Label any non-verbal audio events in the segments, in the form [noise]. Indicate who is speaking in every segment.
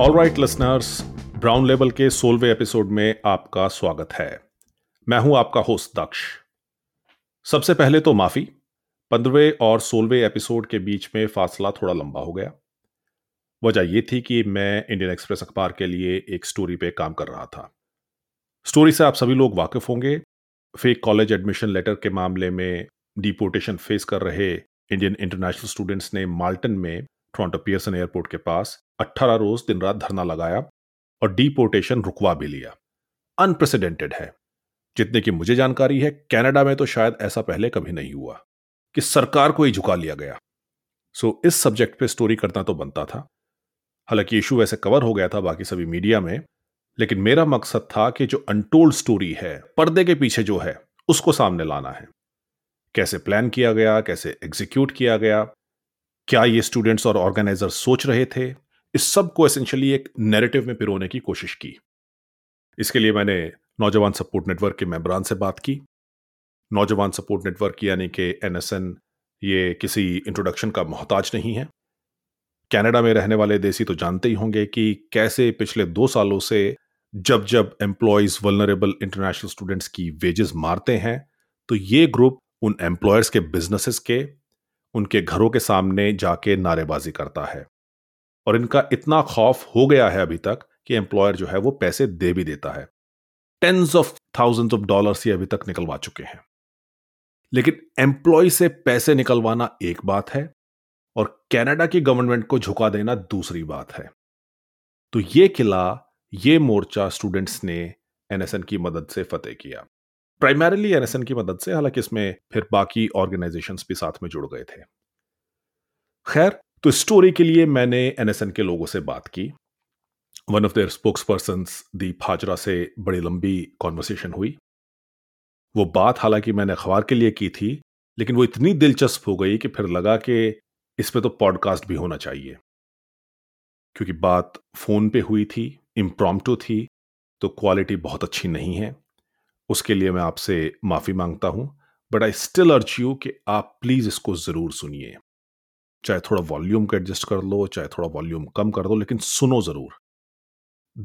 Speaker 1: All right listeners brown label के सोलवे episode में आपका स्वागत है मैं हूं आपका होस्ट दक्ष सबसे पहले तो माफी पंद्रहवें और सोलवे एपिसोड के बीच में फासला थोड़ा लंबा हो गया वजह यह थी कि मैं इंडियन एक्सप्रेस अखबार के लिए एक स्टोरी पे काम कर रहा था स्टोरी से आप सभी लोग वाकिफ होंगे फेक कॉलेज एडमिशन लेटर के मामले में डिपोर्टेशन फेस कर रहे इंडियन इंटरनेशनल स्टूडेंट्स ने माल्टन में टोरंटो पियर्सन एयरपोर्ट के पास 18 रोज दिन रात धरना लगाया और डिपोर्टेशन रुकवा भी लिया अनप्रेसिडेंटेड है जितने की मुझे जानकारी है कनाडा में तो शायद ऐसा पहले कभी नहीं हुआ कि सरकार को ही झुका लिया गया सो इस सब्जेक्ट पे स्टोरी करना तो बनता था हालांकि इशू वैसे कवर हो गया था बाकी सभी मीडिया में लेकिन मेरा मकसद था कि जो अनटोल्ड स्टोरी है पर्दे के पीछे जो है उसको सामने लाना है कैसे प्लान किया गया कैसे एग्जीक्यूट किया गया क्या ये स्टूडेंट्स और ऑर्गेनाइजर सोच रहे थे इस सब को एसेंशली एक नैरेटिव में पिरोने की कोशिश की इसके लिए मैंने नौजवान सपोर्ट नेटवर्क के मेम्बरान से बात की नौजवान सपोर्ट नेटवर्क यानी कि एन ये किसी इंट्रोडक्शन का मोहताज नहीं है कनाडा में रहने वाले देसी तो जानते ही होंगे कि कैसे पिछले दो सालों से जब जब एम्प्लॉयज वलनरेबल इंटरनेशनल स्टूडेंट्स की वेजेस मारते हैं तो ये ग्रुप उन एम्प्लॉयर्स के बिजनेसेस के उनके घरों के सामने जाके नारेबाजी करता है और इनका इतना खौफ हो गया है अभी तक कि एम्प्लॉयर जो है वो पैसे दे भी देता है tens of thousands of dollars ये अभी तक निकलवा चुके हैं लेकिन एम्प्लॉय से पैसे निकलवाना एक बात है और कनाडा की गवर्नमेंट को झुका देना दूसरी बात है तो ये किला ये मोर्चा स्टूडेंट्स ने एनएसएन की मदद से फतेह किया प्राइमरीली एनएसएन की मदद से हालांकि इसमें फिर बाकी ऑर्गेनाइजेशंस भी साथ में जुड़ गए थे खैर तो स्टोरी के लिए मैंने एनएसएन के लोगों से बात की one of their spokesperson Deep Hajra से बड़ी लंबी कॉन्वर्सेशन हुई वो बात हालांकि मैंने अखबार के लिए की थी लेकिन वो इतनी दिलचस्प हो गई कि फिर लगा कि इस पर तो पॉडकास्ट भी होना चाहिए क्योंकि बात फोन पे हुई थी इम्प्रॉम्प्टो थी तो क्वालिटी बहुत अच्छी नहीं है उसके लिए मैं आपसे माफ़ी मांगता हूँ but I still urge you कि आप प्लीज़ इसको ज़रूर सुनिए चाहे थोड़ा वॉल्यूम को एडजस्ट कर लो चाहे थोड़ा वॉल्यूम कम कर दो लेकिन सुनो ज़रूर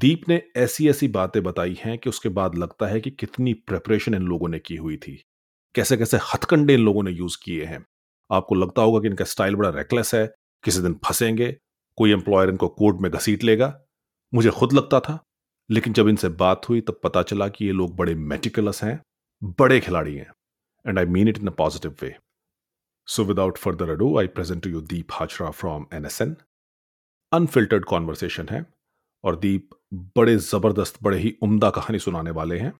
Speaker 1: दीप ने ऐसी ऐसी बातें बताई हैं कि उसके बाद लगता है कि कितनी प्रेपरेशन इन लोगों ने की हुई थी कैसे कैसे हथकंडे इन लोगों ने यूज़ किए हैं आपको लगता होगा कि इनका स्टाइल बड़ा रेकलेस है किसी दिन फंसेंगे कोई एम्प्लॉयर इनको कोर्ट में घसीट लेगा मुझे खुद लगता था लेकिन जब इनसे बात हुई तब पता चला कि ये लोग बड़े मेटिकलस हैं बड़े खिलाड़ी हैं and I mean it in a positive way So without further ado, I present to you Deep Hajra from NSN. Unfiltered conversation है और दीप बड़े ज़बरदस्त बड़े ही उम्दा कहानी सुनाने वाले हैं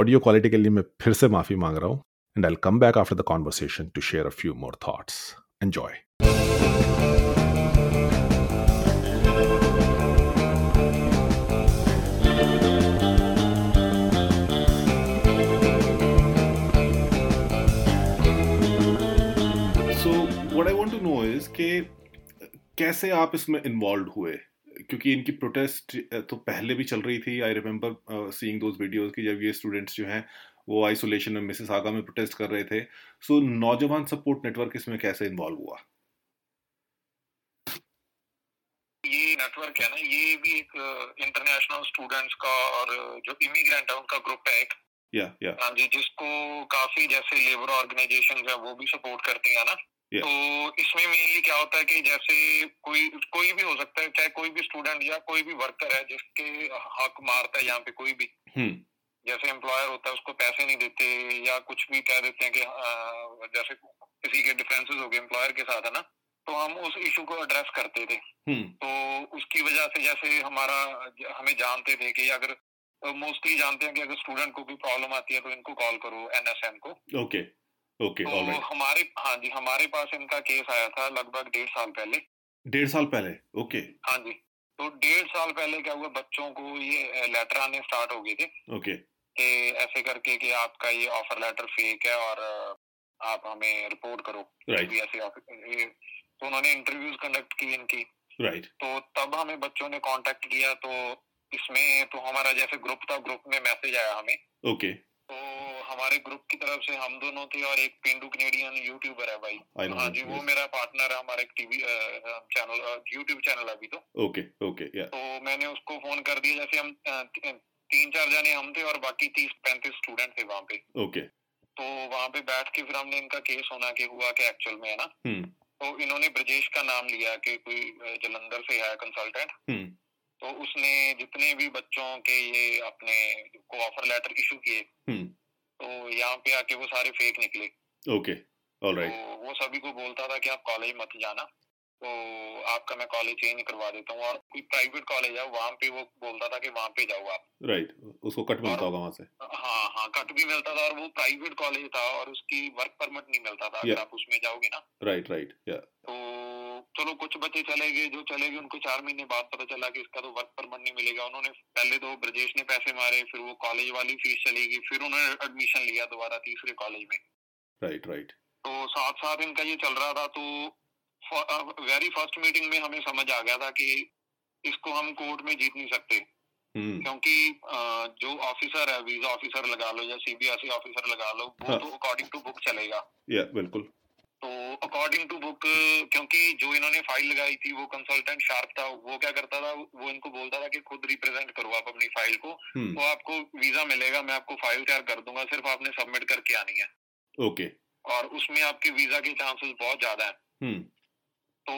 Speaker 1: ऑडियो क्वालिटी के लिए मैं फिर से माफ़ी मांग रहा हूँ and I come back after the conversation to share a few more thoughts enjoy
Speaker 2: what I want to know is के कैसे आप इसमें इन्वॉल्व हुए क्योंकि इनकी प्रोटेस्ट तो पहले भी चल रही थी I remember seeing those videos कि जब ये स्टूडेंट्स जो हैं वो आइसोलेशन में मिसेस आगा में प्रोटेस्ट कर रहे थे so so, Naujawan support network इसमें कैसे इन्वॉल्व हुआ
Speaker 3: ये नेटवर्क है ना ये भी एक इंटरनेशनल स्टूडेंट्स का और uh, जो इमिग्रेंट है उनका ग्रुप है एक
Speaker 2: या या
Speaker 3: हाँ जी जिसको काफी जैसे लेबर ऑर्गेनाइजेशन है वो भी सपोर्ट करती है ना
Speaker 2: Yeah.
Speaker 3: तो इसमें मेनली क्या होता है कि जैसे कोई कोई भी हो सकता है चाहे कोई भी स्टूडेंट या कोई भी वर्कर है जिसके हक मारता है यहाँ पे कोई भी
Speaker 2: हम्म
Speaker 3: जैसे एम्प्लॉयर होता है उसको पैसे नहीं देते या कुछ भी कह देते हैं कि अ, जैसे किसी के डिफरेंसेस हो गए एम्प्लॉयर के साथ है ना तो हम उस इशू को एड्रेस करते थे
Speaker 2: हम्म
Speaker 3: तो उसकी वजह से जैसे हमारा हमें जानते थे कि अगर मोस्टली जानते हैं कि अगर स्टूडेंट को भी प्रॉब्लम आती है तो इनको कॉल करो एनएसएम को
Speaker 2: ओके ओके
Speaker 3: तो
Speaker 2: ऑलराइट
Speaker 3: हमारे हाँ जी हमारे पास इनका केस आया था लगभग डेढ़ साल पहले
Speaker 2: डेढ़ साल पहले ओके
Speaker 3: हाँ जी तो डेढ़ साल पहले क्या हुआ बच्चों को ये लेटर आने स्टार्ट हो गए थे
Speaker 2: ओके
Speaker 3: कि ऐसे करके कि आपका ये ऑफर लेटर फेक है और अ, आप हमें रिपोर्ट करो
Speaker 2: Right.
Speaker 3: भी ऐसे offer- ये- तो उन्होंने इंटरव्यूज कंडक्ट की इनकी
Speaker 2: राइट
Speaker 3: तो तब हमें बच्चों ने कांटेक्ट किया तो इसमें तो हमारा जैसे ग्रुप था ग्रुप में मैसेज आया हमें
Speaker 2: ओके
Speaker 3: तो हम हमारे ग्रुप की तरफ से हम दोनों थे और एक पेंडू कनेडियन यूट्यूबर है भाई
Speaker 2: आई नो
Speaker 3: हाँ जी वो मेरा पार्टनर है हमारे टीवी चैनल यूट्यूब चैनल है अभी तो
Speaker 2: ओके ओके या
Speaker 3: तो मैंने उसको फोन कर दिया जैसे हम अ, ती- तीन चार जाने हम थे और बाकी तीस पैंतीस स्टूडेंट थे वहाँ पे
Speaker 2: ओके
Speaker 3: तो वहाँ पे बैठ के फिर हमने इनका केस होना कि हुआ कि एक्चुअल में है ना
Speaker 2: हम्म
Speaker 3: तो इन्होंने ब्रजेश का नाम लिया कि कोई अ, जलंधर से है कंसल्टेंट
Speaker 2: हम्म
Speaker 3: तो उसने जितने भी बच्चों के ये अपने को ऑफर लेटर इशू किए
Speaker 2: हम्म
Speaker 3: तो यहाँ पे आके वो सारे फेक निकले
Speaker 2: ओके ऑल राइट
Speaker 3: तो वो सभी को बोलता था कि आप कॉलेज मत जाना तो आपका मैं कॉलेज चेंज करवा देता हूँ और कोई प्राइवेट कॉलेज है वहाँ पे वो बोलता था कि वहाँ पे जाओ आप
Speaker 2: राइट उसको कट मिलता होगा वहां से
Speaker 3: हाँ हाँ कट भी मिलता था और वो प्राइवेट कॉलेज था और उसकी वर्क परमिट नहीं मिलता था
Speaker 2: Yeah.
Speaker 3: अगर आप उसमें जाओगे ना
Speaker 2: राइट राइट या
Speaker 3: तो चलो कुछ बच्चे चले गए जो चले गए उनको चार महीने बाद पता चला कि इसका तो वर्क परमिट नहीं मिलेगा उन्होंने पहले तो ब्रजेश ने पैसे मारे फिर वो कॉलेज वाली फीस चली गई फिर उन्होंने एडमिशन लिया दोबारा तीसरे कॉलेज में
Speaker 2: राइट राइट
Speaker 3: तो साथ साथ इनका ये चल रहा था तो वेरी फर्स्ट मीटिंग में हमें समझ आ गया था कि इसको हम कोर्ट में जीत नहीं सकते
Speaker 2: हम्म
Speaker 3: क्योंकि अ, जो ऑफिसर है वीजा ऑफिसर लगा लो या सीबीएसई ऑफिसर E लगा लो वो
Speaker 2: हाँ।
Speaker 3: तो अकॉर्डिंग टू बुक चलेगा
Speaker 2: या बिल्कुल
Speaker 3: तो अकॉर्डिंग टू बुक क्योंकि जो इन्होंने फाइल लगाई थी वो कंसल्टेंट शार्प था वो क्या करता था वो इनको बोलता था कि खुद रिप्रेजेंट करो आप अपनी फाइल को
Speaker 2: हम्म
Speaker 3: तो आपको वीजा मिलेगा मैं आपको फाइल तैयार कर दूंगा सिर्फ आपने सबमिट करके आनी है
Speaker 2: ओके
Speaker 3: और उसमें आपके वीजा के चांसेस बहुत ज्यादा है
Speaker 2: हम्म
Speaker 3: तो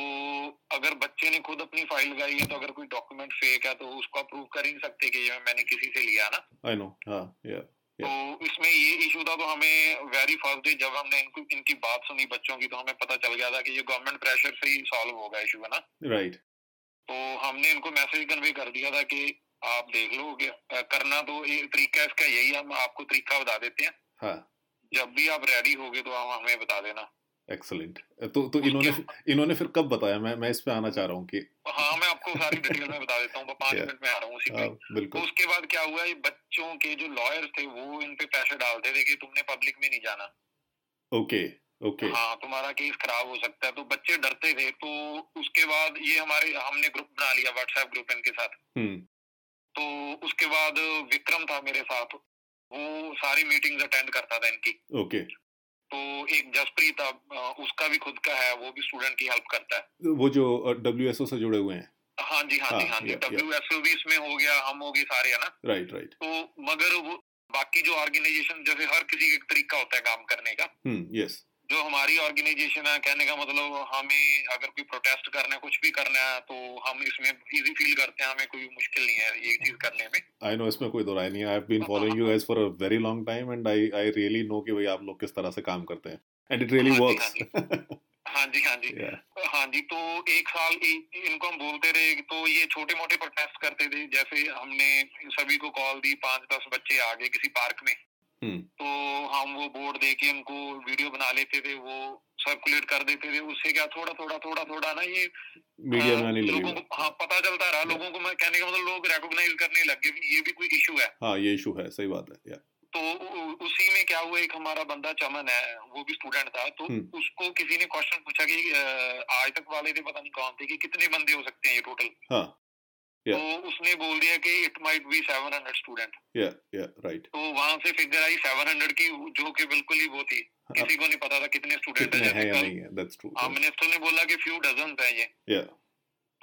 Speaker 3: अगर बच्चे ने खुद अपनी फाइल लगाई है तो अगर कोई डॉक्यूमेंट फेक है तो उसको प्रूव कर ही नहीं सकते कि ये मैंने किसी से लिया ना
Speaker 2: आई नो हाँ या
Speaker 3: तो इसमें ये इशू था तो हमें वेरी फर्स्ट डे जब हमने इनको इनकी बात सुनी बच्चों की तो हमें पता चल गया था कि ये गवर्नमेंट प्रेशर से ही सॉल्व होगा इशू है ना
Speaker 2: राइट
Speaker 3: तो हमने इनको मैसेज कन्वे कर दिया था कि आप देख लो कि अ, करना तो ये तरीका इसका यही है, हम आपको तरीका बता देते हैं
Speaker 2: हाँ
Speaker 3: जब भी आप रेडी होगे तो आप हमें बता देना
Speaker 2: एक्सलेंट तो तो इन्होंने इन्होंने फिर कब बताया मैं मैं इस पे आना चाह रहा हूँ कि
Speaker 3: हाँ मैं आपको सारी डिटेल में बता देता हूँ पांच
Speaker 2: Yeah.
Speaker 3: मिनट में आ रहा हूँ उसी पे
Speaker 2: हाँ,
Speaker 3: तो
Speaker 2: बिल्कुल
Speaker 3: उसके बाद क्या हुआ ये बच्चों के जो लॉयर्स थे वो इन पे पैसे डालते थे कि तुमने पब्लिक में नहीं जाना
Speaker 2: ओके ओके
Speaker 3: हाँ तुम्हारा केस खराब हो सकता है तो बच्चे डरते थे तो उसके बाद ये हमारे हमने ग्रुप बना लिया व्हाट्सएप ग्रुप इनके साथ
Speaker 2: हम्म
Speaker 3: तो उसके बाद विक्रम था मेरे साथ वो सारी मीटिंग्स अटेंड करता था इनकी
Speaker 2: ओके
Speaker 3: तो एक जसप्रीत था अ, उसका भी खुद का है वो भी स्टूडेंट की हेल्प करता है
Speaker 2: वो जो डब्ल्यू एस ओ से जुड़े हुए हैं
Speaker 3: हाँ जी हाँ जी
Speaker 2: हाँ,
Speaker 3: हाँ जी
Speaker 2: yeah, yeah.
Speaker 3: डब्ल्यू एस भी इसमें हो गया हम हो गए सारे है ना
Speaker 2: राइट राइट
Speaker 3: तो मगर वो बाकी जो ऑर्गेनाइजेशन जैसे हर किसी का एक तरीका होता है काम करने का
Speaker 2: हम्म यस
Speaker 3: जो हमारी ऑर्गेनाइजेशन है कहने का मतलब हमें अगर कोई प्रोटेस्ट करना है कुछ भी करना है तो हम इसमें इजी फील करते हैं हमें कोई मुश्किल नहीं है ये चीज करने में
Speaker 2: आई नो इसमें कोई दो राय नहीं I have been following you guys for a very long time and I I really know कि भाई आप लोग किस तरह से काम करते हैं एंड इट रियली
Speaker 3: हाँ जी,
Speaker 2: वर्क्स
Speaker 3: हाँ जी हाँ जी
Speaker 2: या
Speaker 3: हाँ जी तो एक साल इ- इनको हम बोलते रहे तो ये छोटे मोटे प्रोटेस्ट करते थे जैसे हमने सभी को कॉल दी पांच दस बच्चे आ गए किसी पार्क में
Speaker 2: हम्म।
Speaker 3: तो हम वो बोर्ड दे के इनको वीडियो बना लेते थे वो सर्कुलेट कर देते थे उससे क्या थोड़ा थोड़ा थोड़ा थोड़ा ना ये
Speaker 2: मीडिया में
Speaker 3: हाँ,
Speaker 2: आने
Speaker 3: लोगों
Speaker 2: लगेगा
Speaker 3: को हाँ पता चलता रहा लोगों को मैं कहने का मतलब लोग रिकॉग्नाइज करने लग गए भी ये भी कोई इशू है
Speaker 2: हाँ ये इशू है सही बात है या
Speaker 3: तो उ- उ- उसी में क्या हुआ एक हमारा बंदा चमन है वो भी स्टूडेंट था तो
Speaker 2: हम्म।
Speaker 3: उसको किसी ने क्वेश्चन पूछा कि अ, आज तक वाले थे पता नहीं कौन थे कि कितने बंदे हो सकते हैं ये टोटल
Speaker 2: हाँ। Yeah.
Speaker 3: तो उसने बोल दिया कि it might be seven hundred student
Speaker 2: या या राइट
Speaker 3: तो वहां से फिगर आई सेवन हंड्रेड की जो कि बिल्कुल ही वो थी किसी को नहीं पता था कितने स्टूडेंट
Speaker 2: हाँ। कितने
Speaker 3: है जैसे
Speaker 2: हैं या
Speaker 3: कल
Speaker 2: नहीं है दैट्स ट्रू
Speaker 3: हाँ मिनिस्टर ने बोला कि फ्यू डजन है ये
Speaker 2: या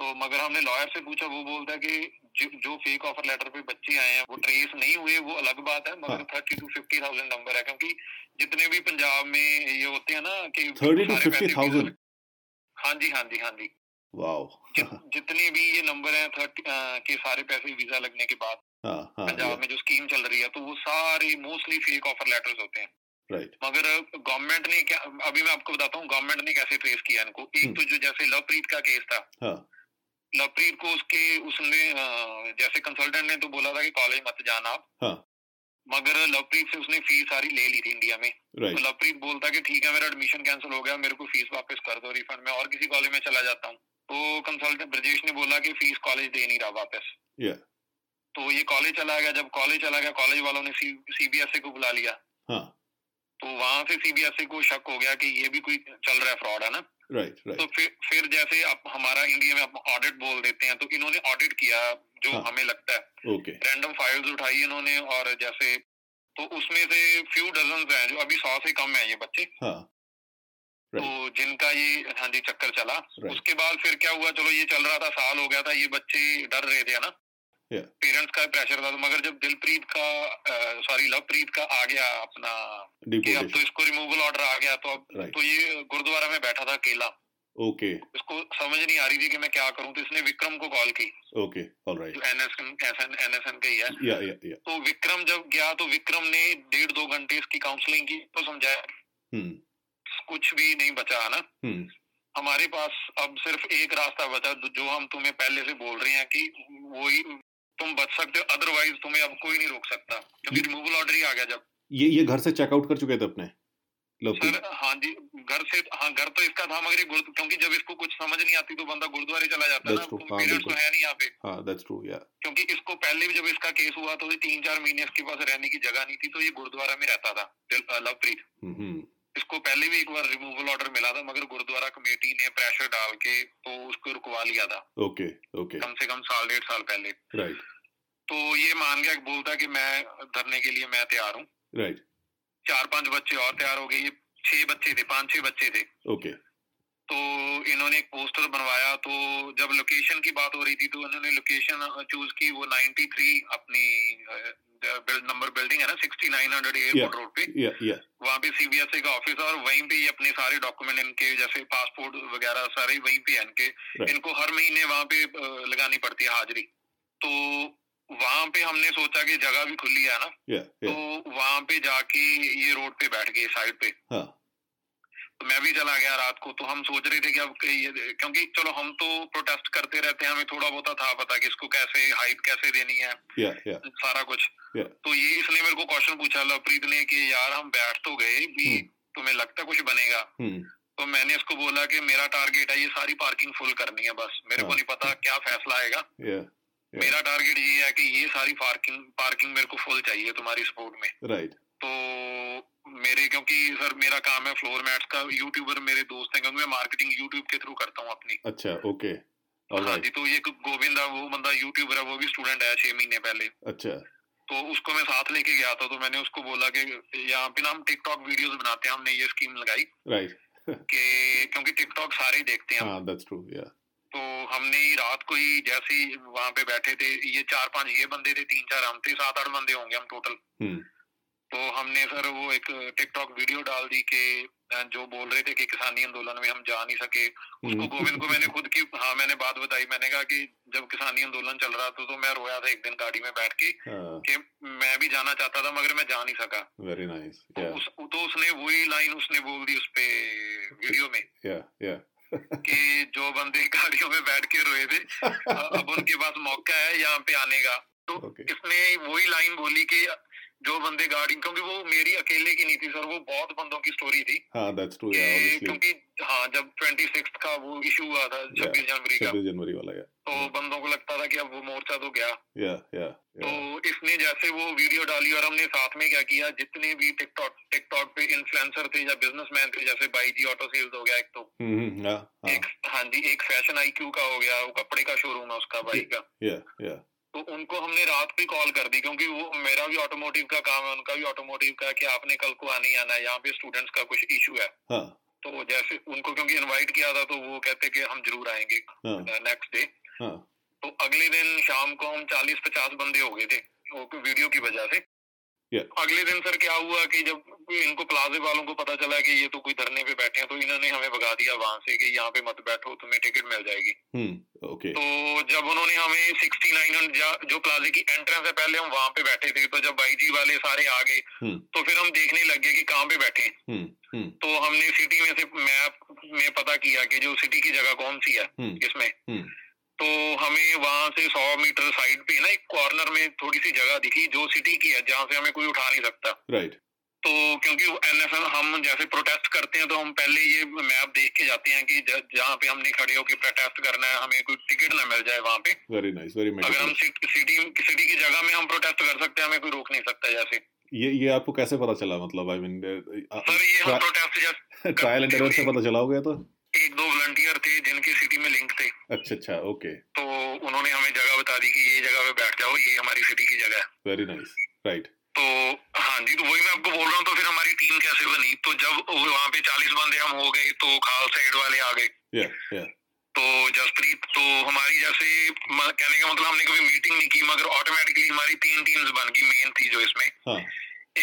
Speaker 3: तो मगर हमने लॉयर से पूछा वो बोलता है कि जो- जो फेक ऑफर लेटर पे बच्चे आए हैं वो ट्रेस नहीं हुए वो अलग बात है मगर
Speaker 2: हाँ।
Speaker 3: Thirty to fifty thousand number है क्योंकि जितने भी पंजाब में ये होते हैं ना कि
Speaker 2: 30 to
Speaker 3: सारे
Speaker 2: 50,000
Speaker 3: पैसे- हाँ जी हाँ जी हाँ जी
Speaker 2: वाओ
Speaker 3: जि- जितने भी ये नंबर हैं थर्टी के सारे पैसे वीजा लगने के बाद
Speaker 2: [laughs] हाँ हाँ
Speaker 3: पंजाब में जो स्कीम चल रही है तो वो सारे मोस्टली फेक ऑफर लेटर्स होते हैं
Speaker 2: राइट
Speaker 3: मगर गवर्नमेंट ने क्या अभी मैं आपको बताता हूँ गवर्नमेंट ने कैसे ट्रेस किया इनको एक
Speaker 2: हम्म।
Speaker 3: तो जो जैसे लवप्रीत का केस था
Speaker 2: हाँ
Speaker 3: लवप्रीत को उसके उसने अ, जैसे कंसल्टेंट ने तो बोला था कि कॉलेज मत जाना आप
Speaker 2: हाँ।
Speaker 3: मगर लवप्रीत से उसने फीस सारी ले ली थी इंडिया में तो
Speaker 2: राइट
Speaker 3: लवप्रीत बोलता कि ठीक है मेरा एडमिशन कैंसिल हो गया मेरे को फीस वापस कर दो रिफंड में और किसी कॉलेज में चला जाता हूँ तो कंसल्टेंट ब्रजेश ने बोला कि फीस कॉलेज दे नहीं रहा वापस
Speaker 2: Yeah.
Speaker 3: तो ये कॉलेज चला गया जब कॉलेज चला गया कॉलेज वालों ने सीबीएसई E को बुला लिया
Speaker 2: हाँ
Speaker 3: तो वहां से सीबीएसई को शक हो गया कि ये भी कोई चल रहा है फ्रॉड है ना
Speaker 2: राइट
Speaker 3: तो
Speaker 2: राइट
Speaker 3: फिर फिर जैसे आप हमारा इंडिया में आप ऑडिट बोल देते हैं तो इन्होंने ऑडिट किया जो
Speaker 2: हाँ।
Speaker 3: हमें लगता है
Speaker 2: ओके
Speaker 3: रैंडम फाइल्स उठाई इन्होंने और जैसे तो उसमें से फ्यू डजन हैं जो अभी सौ से कम है ये बच्चे
Speaker 2: हाँ
Speaker 3: तो जिनका ये हाँ जी चक्कर चला
Speaker 2: Right.
Speaker 3: उसके बाद फिर क्या हुआ चलो ये चल रहा था साल हो गया था ये बच्चे डर रहे थे है ना
Speaker 2: Yeah.
Speaker 3: पेरेंट्स का प्रेशर था तो मगर जब दिलप्रीत का सॉरी लवप्रीत का आ गया अपना कि अब तो
Speaker 2: डिपोर्टेशन
Speaker 3: इसको रिमूवल ऑर्डर आ गया तो अब
Speaker 2: राइट
Speaker 3: तो ये गुरुद्वारा में बैठा था अकेला तो
Speaker 2: ओके
Speaker 3: इसको समझ नहीं आ रही थी कि मैं क्या करूं तो इसने विक्रम को कॉल की
Speaker 2: ओके ऑलराइट
Speaker 3: जो एनएसएन एनएसएन का ही है
Speaker 2: या या या
Speaker 3: तो विक्रम जब गया तो विक्रम ने डेढ़ दो घंटे इसकी काउंसलिंग की तो समझाया
Speaker 2: हम्म
Speaker 3: कुछ भी नहीं बचा है ना
Speaker 2: हम्म
Speaker 3: हमारे पास अब सिर्फ एक रास्ता बचा जो- जो हम तुम्हें पहले से बोल रहे हैं कि वो ही तुम बच सकते हो अदरवाइज तुम्हें अब कोई नहीं रोक सकता क्योंकि
Speaker 2: हम्म।
Speaker 3: रिमूवल ऑर्डर ही आ गया जब
Speaker 2: ये ये घर से चेकआउट कर चुके थे अपने लवप्रीत
Speaker 3: सर हाँ जी घर से हाँ घर तो इसका था मगर ये गुरु- क्योंकि जब इसको कुछ समझ नहीं आती तो बंदा गुरुद्वारे चला जाता है ना
Speaker 2: That's true, हाँ,
Speaker 3: पेरेंट्स
Speaker 2: बिल्कुल।
Speaker 3: तो है नहीं यहाँ पे
Speaker 2: हाँ दैट्स ट्रू या
Speaker 3: क्योंकि इसको पहले भी जब इसका केस हुआ तो ये तीन चार महीने इसके पास रहने की जगह नहीं थी तो ये गुरुद्वारा में रहता था दिल- अ, लवप्रीत
Speaker 2: हम्म
Speaker 3: इसको पहले भी एक बार रिमूवल ऑर्डर मिला था मगर गुरुद्वारा कमेटी ने प्रेशर डाल के तो उसको रुकवा लिया था
Speaker 2: ओके ओके
Speaker 3: कम से कम साल डेढ़ साल पहले
Speaker 2: राइट
Speaker 3: तो ये मान गया बोलता कि मैं धरने के लिए मैं तैयार हूँ
Speaker 2: राइट
Speaker 3: चार पांच बच्चे और तैयार हो गए ये छह बच्चे थे पांच छह बच्चे थे
Speaker 2: ओके
Speaker 3: तो इन्होंने एक पोस्टर बनवाया तो जब लोकेशन की बात हो रही थी तो इन्होंने लोकेशन चूज की वो 93 अपनी नंबर बिल्डिंग है ना 6900 एयरपोर्ट रोड पे
Speaker 2: या या
Speaker 3: वहाँ पे सीबीएसई का ऑफिस है और वहीं पे ये अपने सारे डॉक्यूमेंट इनके जैसे पासपोर्ट वगैरह सारे वहीं पे हैं इनके
Speaker 2: Right.
Speaker 3: इनको हर महीने वहाँ पे अ, लगानी पड़ती है हाजिरी तो वहाँ पे हमने सोचा कि जगह भी खुली है ना
Speaker 2: या या
Speaker 3: तो वहाँ पे जाके ये रोड पे बैठ गए साइड पे
Speaker 2: हाँ
Speaker 3: तो मैं भी चला गया रात को तो हम सोच रहे थे कि अब कि ये क्योंकि चलो हम तो प्रोटेस्ट करते रहते हैं हमें थोड़ा बहुत था पता कि इसको कैसे हाइट कैसे देनी है
Speaker 2: या या
Speaker 3: सारा कुछ
Speaker 2: Yeah.
Speaker 3: तो ये इसने मेरे को क्वेश्चन पूछा लवप्रीत ने कि यार हम बैठ तो गए भी
Speaker 2: हम्म
Speaker 3: तुम्हें लगता कुछ बनेगा
Speaker 2: हम्म
Speaker 3: तो मैंने इसको बोला कि मेरा टारगेट है ये सारी पार्किंग फुल करनी है बस मेरे को
Speaker 2: हाँ।
Speaker 3: नहीं पता क्या फैसला आएगा
Speaker 2: या Yeah.
Speaker 3: मेरा टारगेट ये है कि ये सारी पार्किंग पार्किंग मेरे को फुल चाहिए तुम्हारी सपोर्ट में
Speaker 2: राइट
Speaker 3: तो मेरे क्योंकि सर मेरा काम है फ्लोर मैट्स का यूट्यूबर मेरे दोस्त हैं क्योंकि मैं मार्केटिंग यूट्यूब के थ्रू करता हूँ अपनी
Speaker 2: अच्छा ओके
Speaker 3: हाँ
Speaker 2: ऑलराइट
Speaker 3: जी तो ये गोविंद है वो बंदा यूट्यूबर है वो भी स्टूडेंट है छह महीने पहले
Speaker 2: अच्छा
Speaker 3: तो उसको मैं साथ लेके गया था तो मैंने उसको बोला कि यहाँ पे ना हम टिकटॉक वीडियोस बनाते हैं हमने ये स्कीम लगाई
Speaker 2: राइट
Speaker 3: कि क्योंकि टिकटॉक सारे ही देखते हैं हम।
Speaker 2: हाँ दैट्स ट्रू या
Speaker 3: तो हमने ही रात को ही जैसे ही वहां पे बैठे थे ये चार पांच ये बंदे थे तीन चार हम थे सात आठ बंदे होंगे हम टोटल
Speaker 2: हम्म
Speaker 3: तो हमने सर वो एक टिकटॉक वीडियो डाल दी कि अ, जो बोल रहे थे कि किसानी आंदोलन में हम जा नहीं सके
Speaker 2: हम्म। Hmm.
Speaker 3: उसको गोविंद को
Speaker 2: [laughs]
Speaker 3: मैंने खुद की हाँ मैंने बात बताई मैंने कहा कि जब किसानी आंदोलन चल रहा था तो मैं रोया था एक दिन गाड़ी में बैठ के
Speaker 2: हाँ,
Speaker 3: कि मैं भी जाना चाहता था मगर मैं जा नहीं सका
Speaker 2: वेरी नाइस
Speaker 3: तो,
Speaker 2: या
Speaker 3: उस, तो उसने वही लाइन उसने बोल दी उस पे वीडियो में
Speaker 2: या या
Speaker 3: कि जो बंदे गाड़ियों में बैठ के रोए थे अब उनके पास मौका है यहाँ पे आने का तो
Speaker 2: [laughs] Okay.
Speaker 3: इसने वही लाइन बोली कि जो बंदे गाड़ी क्योंकि वो मेरी अकेले की नहीं थी सर वो बहुत बंदों की स्टोरी थी
Speaker 2: हाँ दैट्स ट्रू या
Speaker 3: कि
Speaker 2: ऑब्वियसली
Speaker 3: क्योंकि हाँ जब ट्वेंटी का वो इशू हुआ था छब्बीस जनवरी का
Speaker 2: 26 जनवरी वाला या
Speaker 3: तो बंदों को लगता था कि अब वो मोर्चा तो गया
Speaker 2: या या
Speaker 3: तो इसने जैसे वो वीडियो डाली और हमने साथ में क्या किया जितने भी टिकटॉक टिकटॉक पे इन्फ्लुएंसर थे या बिजनेसमैन थे जैसे बाई जी ऑटो सेल्स हो गया एक तो
Speaker 2: हम्म या हाँ
Speaker 3: एक हाँ जी एक फैशन आईक्यू का हो गया वो कपड़े का शोरूम है उसका बाइक का
Speaker 2: या या
Speaker 3: तो उनको हमने रात को ही कॉल कर दी क्योंकि वो मेरा भी ऑटोमोटिव का काम है उनका भी ऑटोमोटिव का है कि आपने कल को आने ही आना है यहाँ पे स्टूडेंट्स का कुछ इशू है
Speaker 2: हाँ
Speaker 3: तो जैसे उनको क्योंकि इनवाइट किया था तो वो कहते कि हम जरूर आएंगे
Speaker 2: हाँ
Speaker 3: नेक्स्ट डे
Speaker 2: हाँ
Speaker 3: तो अगले दिन शाम को हम चालीस पचास बंदे हो गए थे वो वीडियो की वजह से
Speaker 2: Yeah.
Speaker 3: अगले दिन सर क्या हुआ कि जब इनको प्लाजे वालों को पता चला कि ये तो कोई धरने पे बैठे हैं तो इन्होंने हमें भगा दिया वहां से कि यहाँ पे मत बैठो तुम्हें टिकट मिल जाएगी
Speaker 2: हम्म ओके
Speaker 3: तो जब उन्होंने हमें सिक्सटी नाइन जो प्लाजे की एंट्रेंस है पहले हम वहां पे बैठे थे तो जब बाईजी वाले सारे आ गए
Speaker 2: हम्म।
Speaker 3: तो फिर हम देखने लग गए कि कहाँ पे बैठे हैं।
Speaker 2: हम्म हम्म
Speaker 3: तो हमने सिटी में से मैप में पता किया कि जो सिटी की जगह कौन सी है
Speaker 2: हम्म
Speaker 3: इसमें
Speaker 2: हम्म
Speaker 3: तो हमें वहां से सौ मीटर साइड पे ना एक कॉर्नर में थोड़ी सी जगह दिखी जो सिटी की है जहां से हमें कोई उठा नहीं सकता
Speaker 2: राइट
Speaker 3: तो क्योंकि एनएसएल हम जैसे प्रोटेस्ट करते हैं तो हम पहले ये मैप देख के जाते हैं कि ज- जहाँ पे हमने खड़े होकर प्रोटेस्ट करना है हमें कोई टिकट ना मिल जाए वहां पे
Speaker 2: वेरी नाइस वेरी
Speaker 3: अगर हम
Speaker 2: मेडिकल
Speaker 3: सिटी सिटी की जगह में हम प्रोटेस्ट कर सकते हैं हमें कोई रोक नहीं सकता जैसे
Speaker 2: ये ये आपको कैसे पता चला मतलब आई मीन
Speaker 3: सर
Speaker 2: [laughs]
Speaker 3: ये हम
Speaker 2: ट्रायल
Speaker 3: प्रोटेस्ट जैसे
Speaker 2: एंड एरर से पता चला हो गया तो
Speaker 3: एक दो वॉलंटियर थे जिनके सिटी में लिंक थे
Speaker 2: अच्छा अच्छा ओके
Speaker 3: तो उन्होंने हमें जगह बता दी कि ये जगह पे बैठ जाओ ये हमारी सिटी की जगह है
Speaker 2: वेरी नाइस राइट
Speaker 3: तो हाँ जी तो वही मैं आपको बोल रहा हूँ तो फिर हमारी टीम कैसे बनी तो जब वो वहाँ पे चालीस बंदे हम हो गए तो खालसा एड वाले आ गए
Speaker 2: yeah, yeah.
Speaker 3: तो जसप्रीत तो हमारी जैसे म- कहने का मतलब हमने कभी मीटिंग नहीं की मगर ऑटोमेटिकली हमारी तीन टीम्स बन गई मेन थी जो इसमें
Speaker 2: हाँ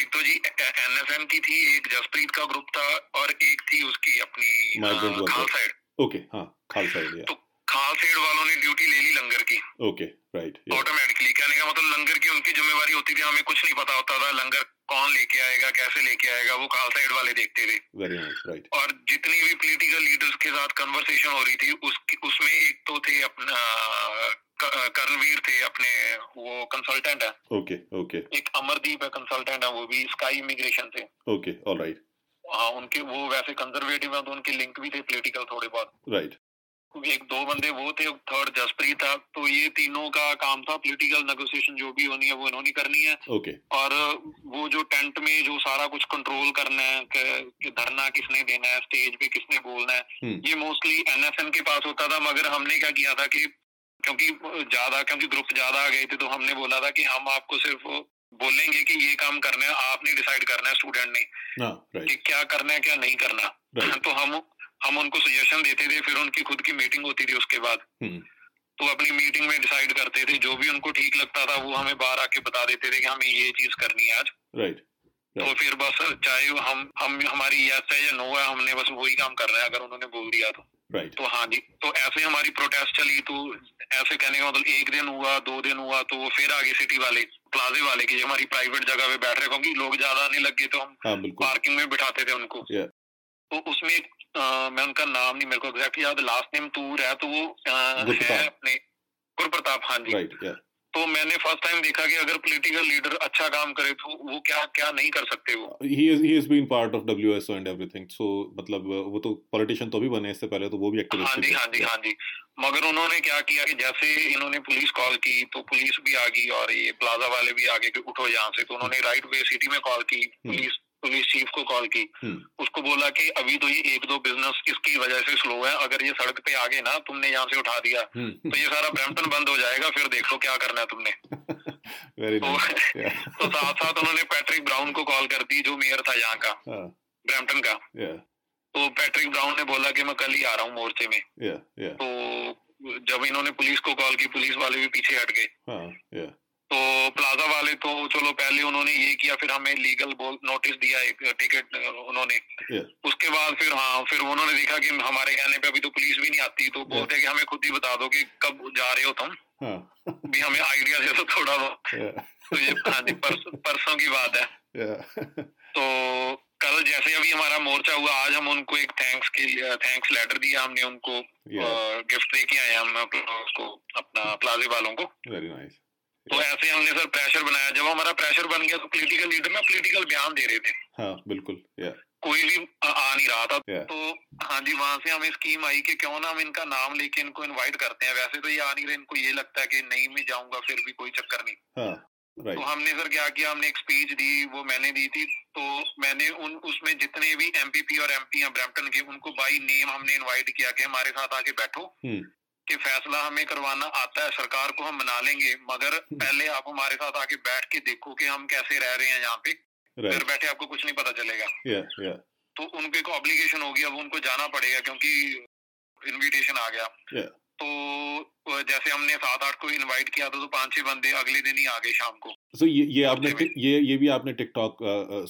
Speaker 3: एक तो जी एनएसएम की थी एक जसप्रीत का ग्रुप था और एक थी उसकी अपनी
Speaker 2: Migrant worker.
Speaker 3: Khalsa Aid
Speaker 2: okay हाँ खालसा एरिया
Speaker 3: खालसा एड वालों ने ड्यूटी ले ली लंगर की
Speaker 2: ओके राइट या
Speaker 3: ऑटोमेटिकली कहने का मतलब लंगर की उनकी जिम्मेवारी होती थी हमें कुछ नहीं पता होता था लंगर कौन लेके आएगा कैसे लेके आएगा वो खालसा एड वाले देखते थे
Speaker 2: वेरी नाइस राइट
Speaker 3: और जितनी भी पॉलिटिकल लीडर्स के साथ कन्वर्सेशन हो रही थी उसकी उसमें एक तो थे अपना क- कर्णवीर थे अपने वो कंसल्टेंट है
Speaker 2: ओके ओके
Speaker 3: एक अमरदीप है कंसल्टेंट है वो भी स्काई इमिग्रेशन से
Speaker 2: ओके ऑल राइट
Speaker 3: हाँ उनके वो वैसे कंजर्वेटिव है तो उनके लिंक भी थे पॉलिटिकल थोड़े बहुत
Speaker 2: राइट
Speaker 3: एक दो बंदे वो थे थर्ड जसप्रीत था तो ये तीनों का काम था पॉलिटिकल नेगोशिएशन जो भी होनी है वो इन्होंने करनी है
Speaker 2: ओके
Speaker 3: और वो जो टेंट में जो सारा कुछ कंट्रोल करना है क- कि धरना किसने देना है स्टेज पे किसने बोलना है
Speaker 2: हम्म।
Speaker 3: ये मोस्टली एनएसएन के पास होता था मगर हमने क्या किया था कि क्योंकि ज्यादा क्योंकि ग्रुप ज्यादा आ गए थे तो हमने बोला था कि हम आपको सिर्फ बोलेंगे कि ये काम करना है आपने डिसाइड करना है स्टूडेंट ने
Speaker 2: हाँ
Speaker 3: कि
Speaker 2: राइट
Speaker 3: क्या करना है क्या नहीं करना
Speaker 2: राइट
Speaker 3: [laughs] तो हम हम उनको सजेशन देते थे फिर उनकी खुद की मीटिंग होती थी उसके बाद
Speaker 2: हम्म।
Speaker 3: तो अपनी मीटिंग में डिसाइड करते थे जो भी उनको ठीक लगता था वो हमें बाहर आके बता देते थे कि हमें ये चीज करनी है आज
Speaker 2: राइट
Speaker 3: तो
Speaker 2: Right.
Speaker 3: फिर बस चाहे वो हम हम हमारी यस है या नो है हमने बस वही काम करना है अगर उन्होंने बोल दिया तो
Speaker 2: राइट
Speaker 3: तो हाँ जी तो ऐसे हमारी प्रोटेस्ट चली तो ऐसे कहने का मतलब एक दिन हुआ दो दिन हुआ तो वो फिर आगे सिटी वाले प्लाजे वाले की हमारी प्राइवेट जगह पे बैठ रहे क्योंकि लोग ज्यादा आने लग गए तो हम
Speaker 2: हाँ बिल्कुल
Speaker 3: पार्किंग में बिठाते थे उनको
Speaker 2: Yeah.
Speaker 3: तो उसमें एक, अ, मैं उनका नाम नहीं मेरे को एग्जैक्ट याद लास्ट नेम तूर है तो वो अ, है
Speaker 2: गुरप्रताप।
Speaker 3: अपने गुरप्रताप हाँ जी
Speaker 2: राइट या
Speaker 3: तो मैंने फर्स्ट टाइम देखा कि अगर पॉलिटिकल लीडर अच्छा काम करे तो वो क्या क्या नहीं कर सकते वो
Speaker 2: he is he is been part of W S and everything so मतलब वो तो पॉलिटिशियन तो भी बने इससे पहले तो वो भी
Speaker 3: हाँ जी हाँ जी
Speaker 2: एक्टिविस्ट
Speaker 3: हाँ जी मगर उन्होंने क्या किया कि जैसे इन्होंने पुलिस कॉल की तो पुलिस भी आ गई और ये प्लाजा वाले भी आ गए कि उठो यहाँ से तो उन्होंने राइट वे सिटी में कॉल की पुलिस पुलिस चीफ को कॉल की
Speaker 2: हम्म।
Speaker 3: उसको बोला कि अभी तो ये एक दो बिजनेस इसकी वजह से स्लो है अगर ये सड़क पे आ गए ना तुमने यहाँ से उठा दिया
Speaker 2: Hmm, [laughs]
Speaker 3: तो ये सारा ब्रैम्पटन बंद हो जाएगा फिर देख लो क्या करना है तुमने
Speaker 2: वेरी
Speaker 3: तो,
Speaker 2: नाइस
Speaker 3: तो साथ साथ उन्होंने पैट्रिक ब्राउन को कॉल कर दी जो मेयर था यहाँ का
Speaker 2: हाँ।
Speaker 3: ब्रैम्पटन का
Speaker 2: या
Speaker 3: तो पैट्रिक ब्राउन ने बोला कि मैं कल ही आ रहा हूँ मोर्चे में
Speaker 2: या या
Speaker 3: तो जब इन्होंने पुलिस को कॉल की पुलिस वाले भी पीछे हट गए
Speaker 2: हाँ या
Speaker 3: तो प्लाजा वाले तो चलो पहले उन्होंने ये किया फिर हमें लीगल नोटिस दिया एक टिकट उन्होंने
Speaker 2: Yeah.
Speaker 3: उसके बाद फिर हाँ फिर उन्होंने देखा कि हमारे कहने पे अभी तो पुलिस भी नहीं आती तो बोलते कि हमें खुद ही बता दो कि कब जा रहे हो तुम
Speaker 2: हाँ [laughs]
Speaker 3: भी हमें आइडिया दे दो थोड़ा बहुत
Speaker 2: या
Speaker 3: तो ये हाँ जी
Speaker 2: [laughs]
Speaker 3: परस- परसों की बात है
Speaker 2: या
Speaker 3: तो कल जैसे अभी हमारा मोर्चा हुआ आज हम उनको एक थैंक्स के लिए थैंक्स लेटर दिया हमने उनको
Speaker 2: या
Speaker 3: गिफ्ट दे के आए हम अपना- उसको अपना प्लाजे वालों को
Speaker 2: वेरी नाइस
Speaker 3: तो ऐसे हमने सर प्रेशर बनाया जब हमारा प्रेशर बन गया तो पॉलिटिकल लीडर ना पॉलिटिकल बयान दे रहे थे
Speaker 2: हाँ बिल्कुल या
Speaker 3: कोई भी आ आ नहीं रहा था
Speaker 2: Yeah.
Speaker 3: तो हाँ जी वहां से हमें स्कीम आई कि क्यों ना हम इनका नाम लेके इनको इनवाइट करते हैं वैसे तो ये आ नहीं रहे इनको ये लगता है कि नहीं मैं जाऊंगा फिर भी कोई चक्कर नहीं
Speaker 2: हाँ
Speaker 3: तो
Speaker 2: राइट
Speaker 3: हमने सर क्या किया हमने एक स्पीच दी वो मैंने दी थी तो मैंने उन उसमें जितने भी एमपीपी और एमपी हैं ब्रैम्पटन के उनको बाई नेम हमने इनवाइट किया कि हमारे साथ आके बैठो
Speaker 2: हम्म।
Speaker 3: कि फैसला हमें करवाना आता है सरकार को हम मना लेंगे मगर
Speaker 2: हम्म।
Speaker 3: पहले आप हमारे साथ आके बैठ के देखो कि हम कैसे रह रहे हैं यहाँ पे घर
Speaker 2: राइट
Speaker 3: बैठे आपको कुछ नहीं पता चलेगा
Speaker 2: या या
Speaker 3: तो उनको एक ऑब्लिगेशन होगी अब उनको जाना पड़ेगा क्योंकि इनविटेशन आ गया
Speaker 2: Yeah.
Speaker 3: तो अ, जैसे हमने सात आठ को इनवाइट किया था तो पांच छह बंदे अगले दिन ही आ गए शाम को
Speaker 2: सो ये ये आपने ये ये भी आपने टिकटॉक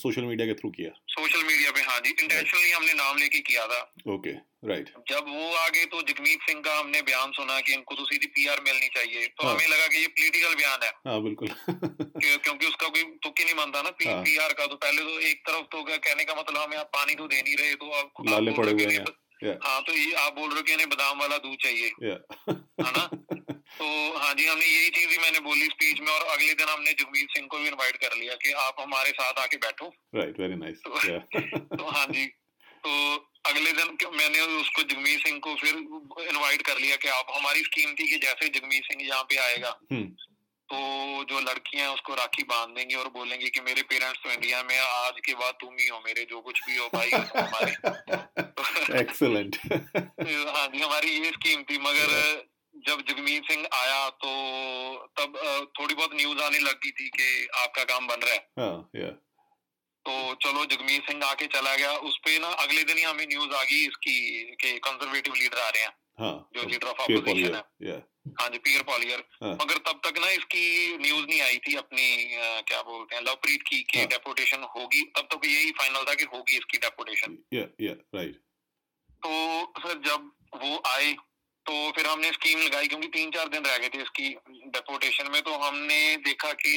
Speaker 2: सोशल मीडिया के थ्रू किया
Speaker 3: सोशल मीडिया पे हाँ जी इंटेंशनली हमने नाम लेके किया था
Speaker 2: ओके राइट
Speaker 3: जब वो आ गए तो जगमीत सिंह का हमने बयान सुना कि इनको तो सीधी पीआर मिलनी चाहिए तो
Speaker 2: हाँ।
Speaker 3: हमें लगा कि ये पॉलिटिकल बयान है
Speaker 2: हाँ बिल्कुल [laughs]
Speaker 3: क्यों- क्योंकि उसका कोई तुक्की नहीं मानता ना पी,
Speaker 2: हाँ।
Speaker 3: पीआर का तो पहले तो एक तरफ तो क्या कहने का मतलब हमें आप पानी तो दे नहीं रहे तो आप आप
Speaker 2: लाले
Speaker 3: बोल
Speaker 2: पड़े
Speaker 3: रहे हो कि
Speaker 2: हुए हैं।
Speaker 3: नहीं-
Speaker 2: Yeah.
Speaker 3: हाँ तो ये आप बोल रहे हो कि इन्हें बादाम वाला दूध चाहिए
Speaker 2: या
Speaker 3: [laughs] है ना तो हाँ जी हमने यही चीज भी मैंने बोली स्पीच में और अगले दिन हमने जगमीत सिंह को भी इनवाइट कर लिया कि आप हमारे साथ आके बैठो
Speaker 2: राइट वेरी नाइस या [laughs]
Speaker 3: तो हाँ जी तो अगले दिन क्यों- मैंने उसको जगमीत सिंह को फिर इनवाइट कर लिया कि आप हमारी स्कीम थी कि जैसे जगमीत सिंह यहाँ पे आएगा
Speaker 2: हम्म।
Speaker 3: तो जो लड़कियां हैं उसको राखी बांध देंगे और बोलेंगे कि मेरे पेरेंट्स तो इंडिया में हैं, आज के बाद तुम ही हो मेरे जो कुछ भी हो भाई तो हो तुम हमारे
Speaker 2: एक्सेलेंट
Speaker 3: [laughs] हाँ जी हमारी ये स्कीम थी मगर जब जगमीत सिंह आया तो तब अ, थोड़ी बहुत न्यूज आने लगी थी कि आपका काम बन रहा है
Speaker 2: हाँ या
Speaker 3: तो चलो जगमीत सिंह आके चला गया उस पे ना अगले दिन ही हमें न्यूज आ गई इसकी के कंजर्वेटिव लीडर आ रहे हैं
Speaker 2: हाँ
Speaker 3: जो leader of
Speaker 2: Pierre
Speaker 3: opposition
Speaker 2: Poilievre,
Speaker 3: है
Speaker 2: yeah.
Speaker 3: हाँ जी पीर पॉलियर
Speaker 2: हाँ।
Speaker 3: मगर तब तक ना इसकी न्यूज नहीं आई थी अपनी अ, क्या बोलते हैं लवप्रीत की कि
Speaker 2: हाँ।
Speaker 3: डेपुटेशन होगी तब तक यही फाइनल था कि होगी इसकी डेपुटेशन
Speaker 2: yeah, yeah, right.
Speaker 3: तो सर जब वो आए तो फिर हमने स्कीम लगाई क्योंकि तीन चार दिन रह गए थे इसकी डेपुटेशन में तो हमने देखा कि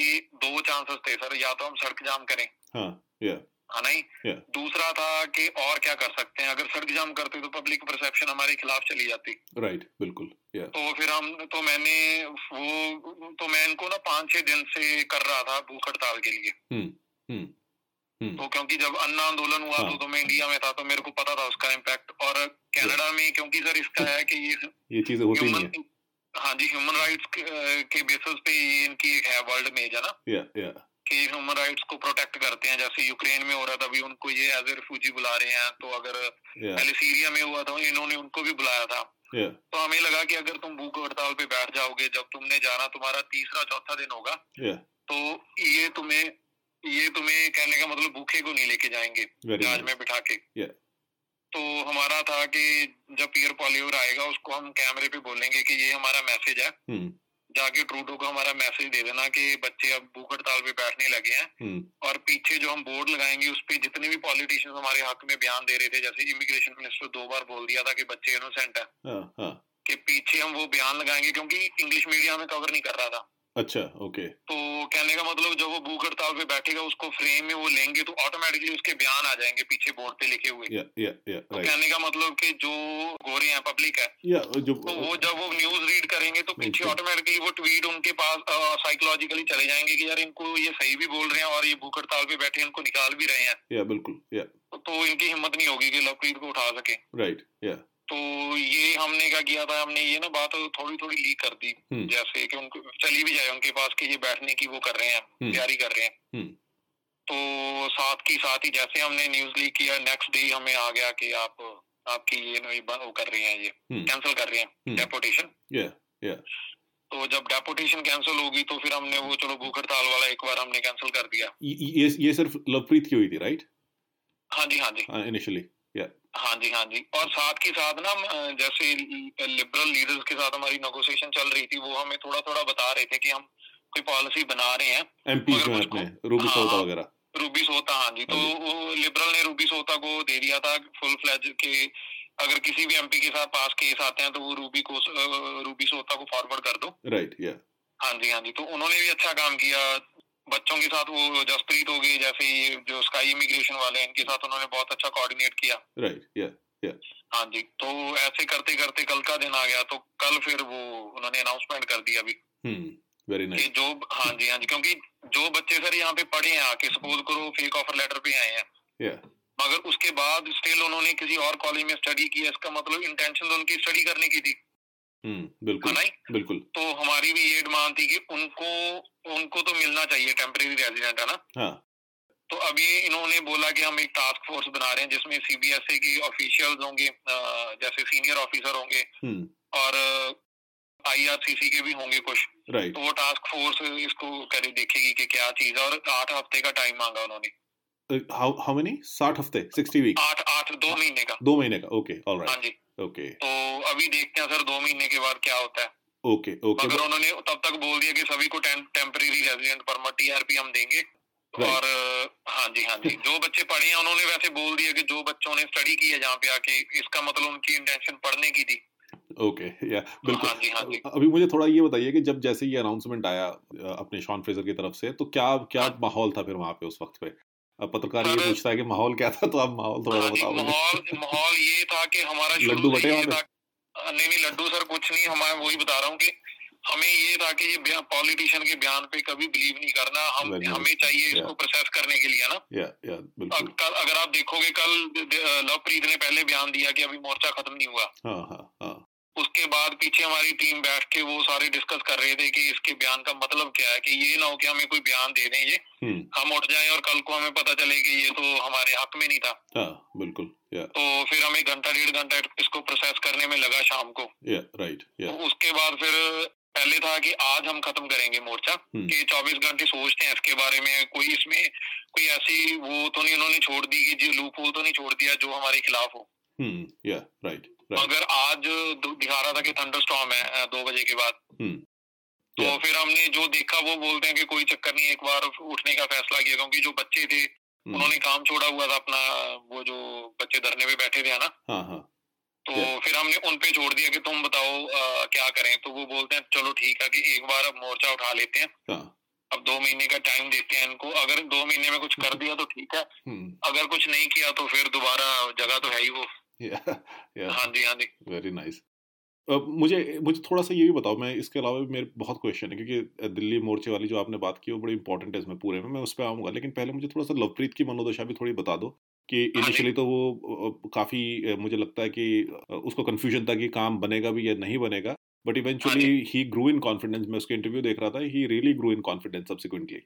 Speaker 3: दो चांसेस थे सर या तो हम सड़क जाम करें
Speaker 2: हाँ, yeah.
Speaker 3: है ना ही
Speaker 2: Yeah.
Speaker 3: दूसरा था कि और क्या कर सकते हैं अगर सड़क जाम करते तो पब्लिक परसेप्शन हमारे खिलाफ चली जाती
Speaker 2: राइट बिल्कुल या
Speaker 3: तो फिर हम तो मैंने वो तो मैं इनको ना पाँच छह दिन से कर रहा था भूख हड़ताल के लिए
Speaker 2: हम्म, हम्म, हम्म।
Speaker 3: तो क्योंकि जब अन्ना आंदोलन हुआ
Speaker 2: Hmm. हाँ।
Speaker 3: तो, तो मैं इंडिया में था तो मेरे को पता था उसका इम्पैक्ट और कनाडा में क्योंकि सर इसका है कि ये
Speaker 2: ये चीजें होती ही
Speaker 3: ह्यूमन
Speaker 2: हैं
Speaker 3: हाँ जी ह्यूमन राइट्स के बेसिस पे ये इनकी एक है वर्ल्ड में है ना
Speaker 2: या या
Speaker 3: कि ह्यूमन राइट्स को प्रोटेक्ट करते हैं जैसे यूक्रेन में हो रहा था अभी उनको ये एज ए रिफ्यूजी बुला रहे हैं तो अगर
Speaker 2: या
Speaker 3: पहले सीरिया में हुआ था इन्होंने उनको भी बुलाया था
Speaker 2: या
Speaker 3: तो हमें लगा कि अगर तुम भूख हड़ताल पे बैठ जाओगे जब तुमने जाना तुम्हारा तीसरा चौथा दिन होगा
Speaker 2: या
Speaker 3: तो ये तुम्हें ये तुम्हें कहने का मतलब भूखे को नहीं लेके जाएंगे
Speaker 2: वेरी
Speaker 3: जहाज में बिठा के
Speaker 2: Yeah.
Speaker 3: तो हमारा था कि जब पियर पॉलीवर आएगा उसको हम कैमरे पे बोलेंगे कि ये हमारा मैसेज है
Speaker 2: हम्म
Speaker 3: जाके ट्रूडो को हमारा मैसेज दे देना कि बच्चे अब भूख हड़ताल पे बैठने लगे हैं
Speaker 2: हम्म
Speaker 3: और पीछे जो हम बोर्ड लगाएंगे उस पे जितने भी पॉलिटिशियंस हमारे हक में बयान दे रहे थे जैसे इमिग्रेशन मिनिस्टर दो बार बोल दिया था कि बच्चे इनोसेंट है
Speaker 2: हाँ हाँ
Speaker 3: के पीछे हम वो बयान लगाएंगे क्योंकि इंग्लिश मीडिया में कवर नहीं कर रहा था
Speaker 2: अच्छा ओके
Speaker 3: तो कहने का मतलब जब वो भूख हड़ताल पे बैठेगा उसको फ्रेम में वो लेंगे तो ऑटोमेटिकली उसके बयान आ जाएंगे पीछे बोर्ड पे लिखे हुए
Speaker 2: या या या
Speaker 3: तो
Speaker 2: राइट
Speaker 3: कहने का मतलब कि जो गोरे हैं पब्लिक है
Speaker 2: या जो
Speaker 3: तो वो जब वो न्यूज रीड करेंगे तो पीछे
Speaker 2: बिल्कुल।
Speaker 3: ऑटोमेटिकली वो ट्वीट उनके पास साइकोलॉजिकली चले जाएंगे कि यार इनको ये सही भी बोल रहे हैं और ये भूख हड़ताल पे बैठे इनको निकाल भी रहे हैं
Speaker 2: या बिल्कुल या
Speaker 3: तो इनकी हिम्मत नहीं होगी कि लवप्रीत को उठा सके
Speaker 2: राइट या
Speaker 3: तो ये हमने क्या किया था हमने ये ना बात थोड़ी थोड़ी लीक कर दी
Speaker 2: हम्म।
Speaker 3: जैसे कि उनको चली भी जाए उनके पास कि ये बैठने की वो कर रहे हैं
Speaker 2: हम्म।
Speaker 3: तैयारी कर रहे हैं
Speaker 2: हम्म।
Speaker 3: तो साथ की साथ ही जैसे हमने न्यूज लीक किया नेक्स्ट डे हमें आ गया कि आप आपकी ये ना ये बंद- वो कर रहे हैं ये
Speaker 2: हम्म।
Speaker 3: कैंसिल कर रहे हैं
Speaker 2: हम्म।
Speaker 3: डेपोटेशन
Speaker 2: या या
Speaker 3: तो जब डेपोटेशन कैंसिल होगी तो फिर हमने वो चलो भूख हड़ताल वाला एक बार हमने कैंसिल कर दिया
Speaker 2: ये ये सिर्फ लवप्रीत की हुई थी राइट
Speaker 3: हाँ जी हाँ जी
Speaker 2: इनिशियली
Speaker 3: हाँ जी हाँ जी और साथ के साथ ना अ, जैसे लिबरल लीडर्स के साथ हमारी नेगोशिएशन चल रही थी वो हमें थोड़ा थोड़ा बता रहे थे कि हम कोई पॉलिसी बना रहे हैं
Speaker 2: एमपी
Speaker 3: मगर
Speaker 2: जो है
Speaker 3: उसको-
Speaker 2: अपने रूबी
Speaker 3: हाँ,
Speaker 2: सौदा
Speaker 3: हाँ।
Speaker 2: वगैरह
Speaker 3: रूबी सोता हाँ जी तो
Speaker 2: हाँ
Speaker 3: लिबरल ने रूबी सोता को दे दिया था फुल फ्लैज के अगर किसी भी एमपी के साथ पास केस आते हैं तो वो रूबी को अ, रूबी सोता को फॉरवर्ड कर दो
Speaker 2: राइट या
Speaker 3: हाँ जी हाँ जी तो उन्होंने भी अच्छा काम किया बच्चों के साथ वो जसप्रीत हो गए जैसे ये जो स्काई इमिग्रेशन वाले हैं इनके साथ उन्होंने बहुत अच्छा कोऑर्डिनेट किया
Speaker 2: राइट या
Speaker 3: हाँ जी तो ऐसे करते करते कल का दिन आ गया तो कल फिर वो उन्होंने अनाउंसमेंट कर दिया अभी
Speaker 2: हम्म वेरी
Speaker 3: कि
Speaker 2: नाइस
Speaker 3: जो हाँ जी हाँ जी क्योंकि जो बच्चे सर यहाँ पे पढ़े हैं आके सपोज करो फेक ऑफर लेटर पे आए हैं
Speaker 2: या
Speaker 3: मगर उसके बाद स्टिल उन्होंने किसी और कॉलेज में स्टडी किया इसका मतलब इंटेंशन उनकी स्टडी करने की थी
Speaker 2: हम्म
Speaker 3: है
Speaker 2: बिल्कुल
Speaker 3: ना
Speaker 2: बिल्कुल
Speaker 3: तो हमारी भी ये डिमांड थी कि उनको उनको तो मिलना चाहिए टेम्परेरी रेजिडेंट है ना
Speaker 2: हाँ
Speaker 3: तो अब ये इन्होंने बोला कि हम एक टास्क फोर्स बना रहे हैं जिसमें सीबीएसई के ऑफिशियल्स E होंगे अ, जैसे सीनियर ऑफिसर होंगे
Speaker 2: हम्म
Speaker 3: और आईआरसीसी के भी होंगे कुछ
Speaker 2: राइट
Speaker 3: तो वो टास्क फोर्स इसको करे देखेगी कि क्या चीज है और आठ हफ्ते का टाइम मांगा उन्होंने
Speaker 2: हाउ हाउ मेनी 60 हफ्ते 60 वीक
Speaker 3: आठ आठ दो महीने का
Speaker 2: दो महीने का ओके
Speaker 3: हाँ
Speaker 2: ऑलराइट
Speaker 3: जी
Speaker 2: ओके
Speaker 3: तो अभी देखते हैं सर दो महीने के बाद क्या होता है
Speaker 2: ओके ओके
Speaker 3: मगर उन्होंने तब तक बोल दिया कि सभी को टेम्परेरी रेजिडेंट परमिट टीआरपी हम देंगे
Speaker 2: Right.
Speaker 3: और हाँ जी
Speaker 2: [laughs]
Speaker 3: हाँ जी जो बच्चे पढ़े हैं उन्होंने वैसे बोल दिया कि जो बच्चों ने स्टडी की है जहाँ पे आके इसका मतलब उनकी इंटेंशन पढ़ने की थी
Speaker 2: [laughs] ओके या बिल्कुल
Speaker 3: हाँ जी हाँ जी
Speaker 2: अभी मुझे थोड़ा ये बताइए कि जब जैसे ये अनाउंसमेंट आया अ, अपने शॉन फ्रेजर की तरफ से तो क्या क्या
Speaker 3: हाँ।
Speaker 2: माहौल था फिर वहां पे उस वक्त पे अब पत्रकार ये
Speaker 3: सर-
Speaker 2: पूछता है कि माहौल क्या था तो आप माहौल थोड़ा
Speaker 3: हाँ
Speaker 2: सा
Speaker 3: जी,
Speaker 2: बताओ मुझे।
Speaker 3: माहौल माहौल ये था कि हमारा शुरू
Speaker 2: लड्डू
Speaker 3: से
Speaker 2: बटे
Speaker 3: ये
Speaker 2: वहाँ पे?
Speaker 3: था- नहीं नहीं लड्डू सर कुछ नहीं हमारा वही बता रहा हूँ कि हमें ये था कि ये पॉलिटिशियन के बयान पे कभी बिलीव नहीं करना हम
Speaker 2: Very nice.
Speaker 3: हमें चाहिए
Speaker 2: Yeah.
Speaker 3: इसको प्रोसेस करने के लिए ना
Speaker 2: या या
Speaker 3: अब
Speaker 2: बिल्कुल
Speaker 3: कल अगर आप देखोगे कल द- द- लवप्रीत ने पहले बयान दिया कि अभी मोर्चा खत्म नहीं हुआ
Speaker 2: हाँ हाँ हाँ
Speaker 3: उसके बाद पीछे हमारी टीम बैठ के वो सारे डिस्कस कर रहे थे कि इसके बयान का मतलब क्या है कि ये ना हो कि हमें कोई बयान दे दें ये
Speaker 2: हम्म
Speaker 3: हम उठ जाएं और कल को हमें पता चले कि ये तो हमारे हक में नहीं था
Speaker 2: हाँ बिल्कुल या
Speaker 3: तो फिर हमें घंटा डेढ़ घंटा इसको प्रोसेस करने में लगा शाम को
Speaker 2: या राइट या
Speaker 3: तो उसके बाद फिर पहले था कि आज हम खत्म करेंगे मोर्चा
Speaker 1: हम्म।
Speaker 3: कि 24 घंटे सोचते हैं इसके बारे में कोई इसमें कोई ऐसी वो तो नहीं उन्होंने छोड़ दी कि जी लूप तो नहीं छोड़ दिया जो हमारे खिलाफ हो
Speaker 1: हम्म
Speaker 2: या राइट राइट
Speaker 3: मगर तो आज दु- दिखा रहा था कि थंडर है अ, दो बजे के बाद
Speaker 1: हम्म।
Speaker 3: तो
Speaker 1: Yeah.
Speaker 3: फिर हमने जो देखा वो बोलते हैं कि कोई चक्कर नहीं एक बार उठने का फैसला किया क्योंकि जो बच्चे थे उन्होंने काम छोड़ा हुआ था अपना वो जो बच्चे धरने पे बैठे थे है ना
Speaker 2: हाँ हाँ
Speaker 3: तो
Speaker 2: Yeah.
Speaker 3: फिर हमने उन पे छोड़ दिया कि तुम बताओ अ, क्या करें तो वो बोलते हैं चलो ठीक है कि एक बार अब मोर्चा उठा लेते हैं
Speaker 2: हाँ
Speaker 3: अब दो महीने का टाइम देते हैं इनको अगर दो महीने में कुछ कर दिया तो ठीक है
Speaker 2: हम्म
Speaker 3: अगर कुछ नहीं किया तो फिर दोबारा जगह तो है ही वो
Speaker 2: [laughs] या या
Speaker 3: हाँ जी हाँ जी
Speaker 2: वेरी नाइस मुझे मुझे थोड़ा सा ये भी बताओ मैं इसके अलावा भी मेरे बहुत क्वेश्चन है क्योंकि दिल्ली मोर्चे वाली जो आपने बात की वो बड़ी इंपॉर्टेंट है इसमें पूरे में मैं उस पर आऊँगा लेकिन पहले मुझे थोड़ा सा लवप्रीत की मनोदशा भी थोड़ी बता दो कि
Speaker 3: हाँ जी।
Speaker 2: इनिशियली तो वो काफ़ी मुझे लगता है कि अ, उसको कन्फ्यूजन था कि काम बनेगा भी या नहीं बनेगा बट
Speaker 3: हाँ
Speaker 2: eventually he grew in confidence मैं उसके इंटरव्यू देख रहा था he really grew in confidence subsequently